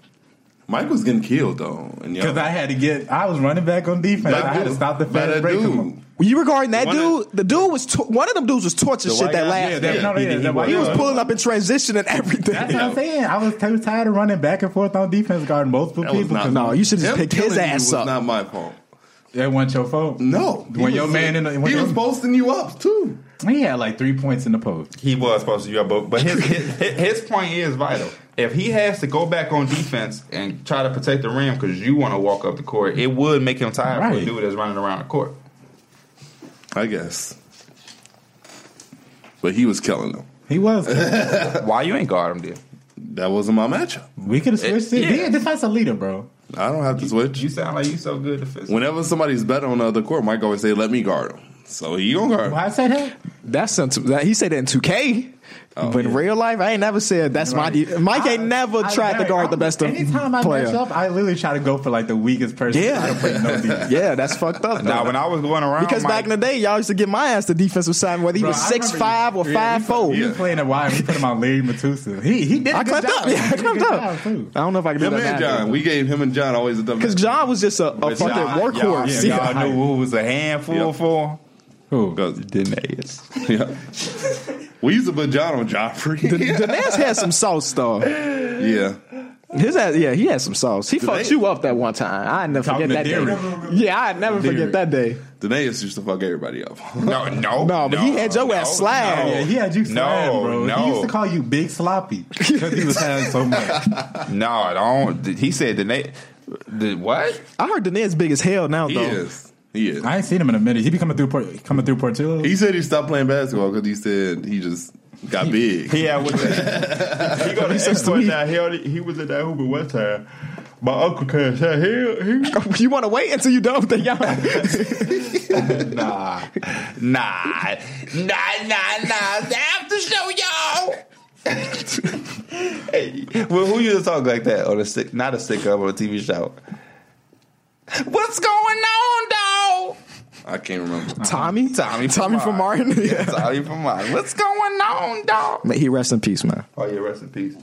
C: Mike was getting killed though, and y'all-
D: Because I had to get, I was running back on defense.
C: That
D: I had to
C: dude-
D: stop the
C: that
D: fast break.
C: dude.
D: Him.
A: When you regarding that
C: One
A: dude,
C: of-
A: the dude was to- one of them dudes was torching shit
B: white
A: that
B: guy?
A: last.
B: Yeah,
A: game.
D: no, yeah, that white
A: he was
D: guy.
A: pulling up in transition and everything.
D: That's what I'm saying. I was too tired of running back and forth on defense guarding multiple
C: That was
D: people.
C: not-
D: 'cause
A: no, you should
C: Him
A: just pick his
C: killing you
A: ass
C: was
A: up.
C: Not my fault.
D: That wasn't your fault.
C: No, he
D: When your
C: was-
D: man in the- when
C: he
D: your-
C: was posting you up too.
D: He had like three points in the post.
B: He was supposed to be up, but but his, his his point is vital. If he has to go back on defense and try to protect the rim because you want to walk up the court, it would make him tired for a
D: Right.
B: dude that's running around the court.
C: I guess, but he was killing them.
D: He was.
B: Why you ain't guard him, dude?
C: That wasn't my matchup.
D: we could have switched it.
B: Yeah.
D: Yeah, just like a leader, bro.
C: I don't have to switch.
B: You sound like you so good defensively.
C: Whenever somebody's better on the other court, Mike always say, "Let me guard him." So he gonna guard him.
D: Why I said that?
A: That's in, that, he said that in 2K, but in real life, I ain't never said that's my. de- Mike ain't never
D: Oh, I-
A: tried to
D: Derek,
A: guard
D: I-
A: the best of
D: Anytime I
A: player.
D: match up, I literally try to go for like the weakest person.
A: Yeah.
D: I don't play no defense.
A: Yeah, that's fucked up.
B: Nah,
A: though.
B: when I was going around,
A: because
B: Mike,
A: back in the day, y'all used to get my ass the defensive side, whether he
D: Bro,
A: was
D: I
A: six
D: remember
A: five
D: you-
A: or
D: yeah,
A: five four.
D: He was playing at wide. We put him on Larry Matusa. He he did. a
A: I
D: good
A: clapped
D: job.
A: up. Yeah,
D: He
A: I
D: did a good
A: clapped up.
D: job,
A: I
D: too.
A: don't know if I can do
C: Him
A: that.
C: and John,
A: now.
C: we gave him and John always a dumb.
A: Because John was just a, a
B: But
A: fucking
B: y'all-
A: workhorse.
B: Y'all,
A: Yeah.
B: y'all knew who was a handful
C: Yeah.
B: for.
D: Who?
B: Danaeus.
C: yeah. we used to put John on Joffrey.
A: The man's had some sauce though.
C: yeah.
A: His ass, yeah, he had some sauce. He fucked
C: they-
A: you up that one time. I never
D: Talking
A: forget
D: to
A: that
D: Derek.
A: day. Yeah, I never forget
D: Derek.
A: that day.
C: Danaeus used to fuck everybody up.
B: No, no,
A: No, but he had your ass slagged.
D: Yeah, he had you
B: No,
D: slammed, bro.
B: no.
D: He used to call you Big Sloppy because he was having so much.
B: No, don't. He said Danaeus. The what?
A: I heard Danae's big as hell now
C: He
A: though.
C: is. He is.
D: I ain't seen him in a minute. He be coming through Port, coming through Portillo.
C: He said he stopped playing basketball because he said he just got big.
B: Yeah, with the, he got he
A: says to me-
B: Now. He, only, he was at that Uber one time. My uncle came and said, he, he,
A: You want to wait until you done with the young?
B: nah, nah, nah, nah, nah. It's the after show, y'all. hey, well, who you to talk like that on a stick? Not a stick up on a TV show. What's going on, dog?
C: I can't remember.
A: Tommy, Tommy, Tommy from Martin. Yeah.
B: Sorry for mine. What's going on, dog?
A: May he rest in peace, man.
B: Oh yeah, rest in peace.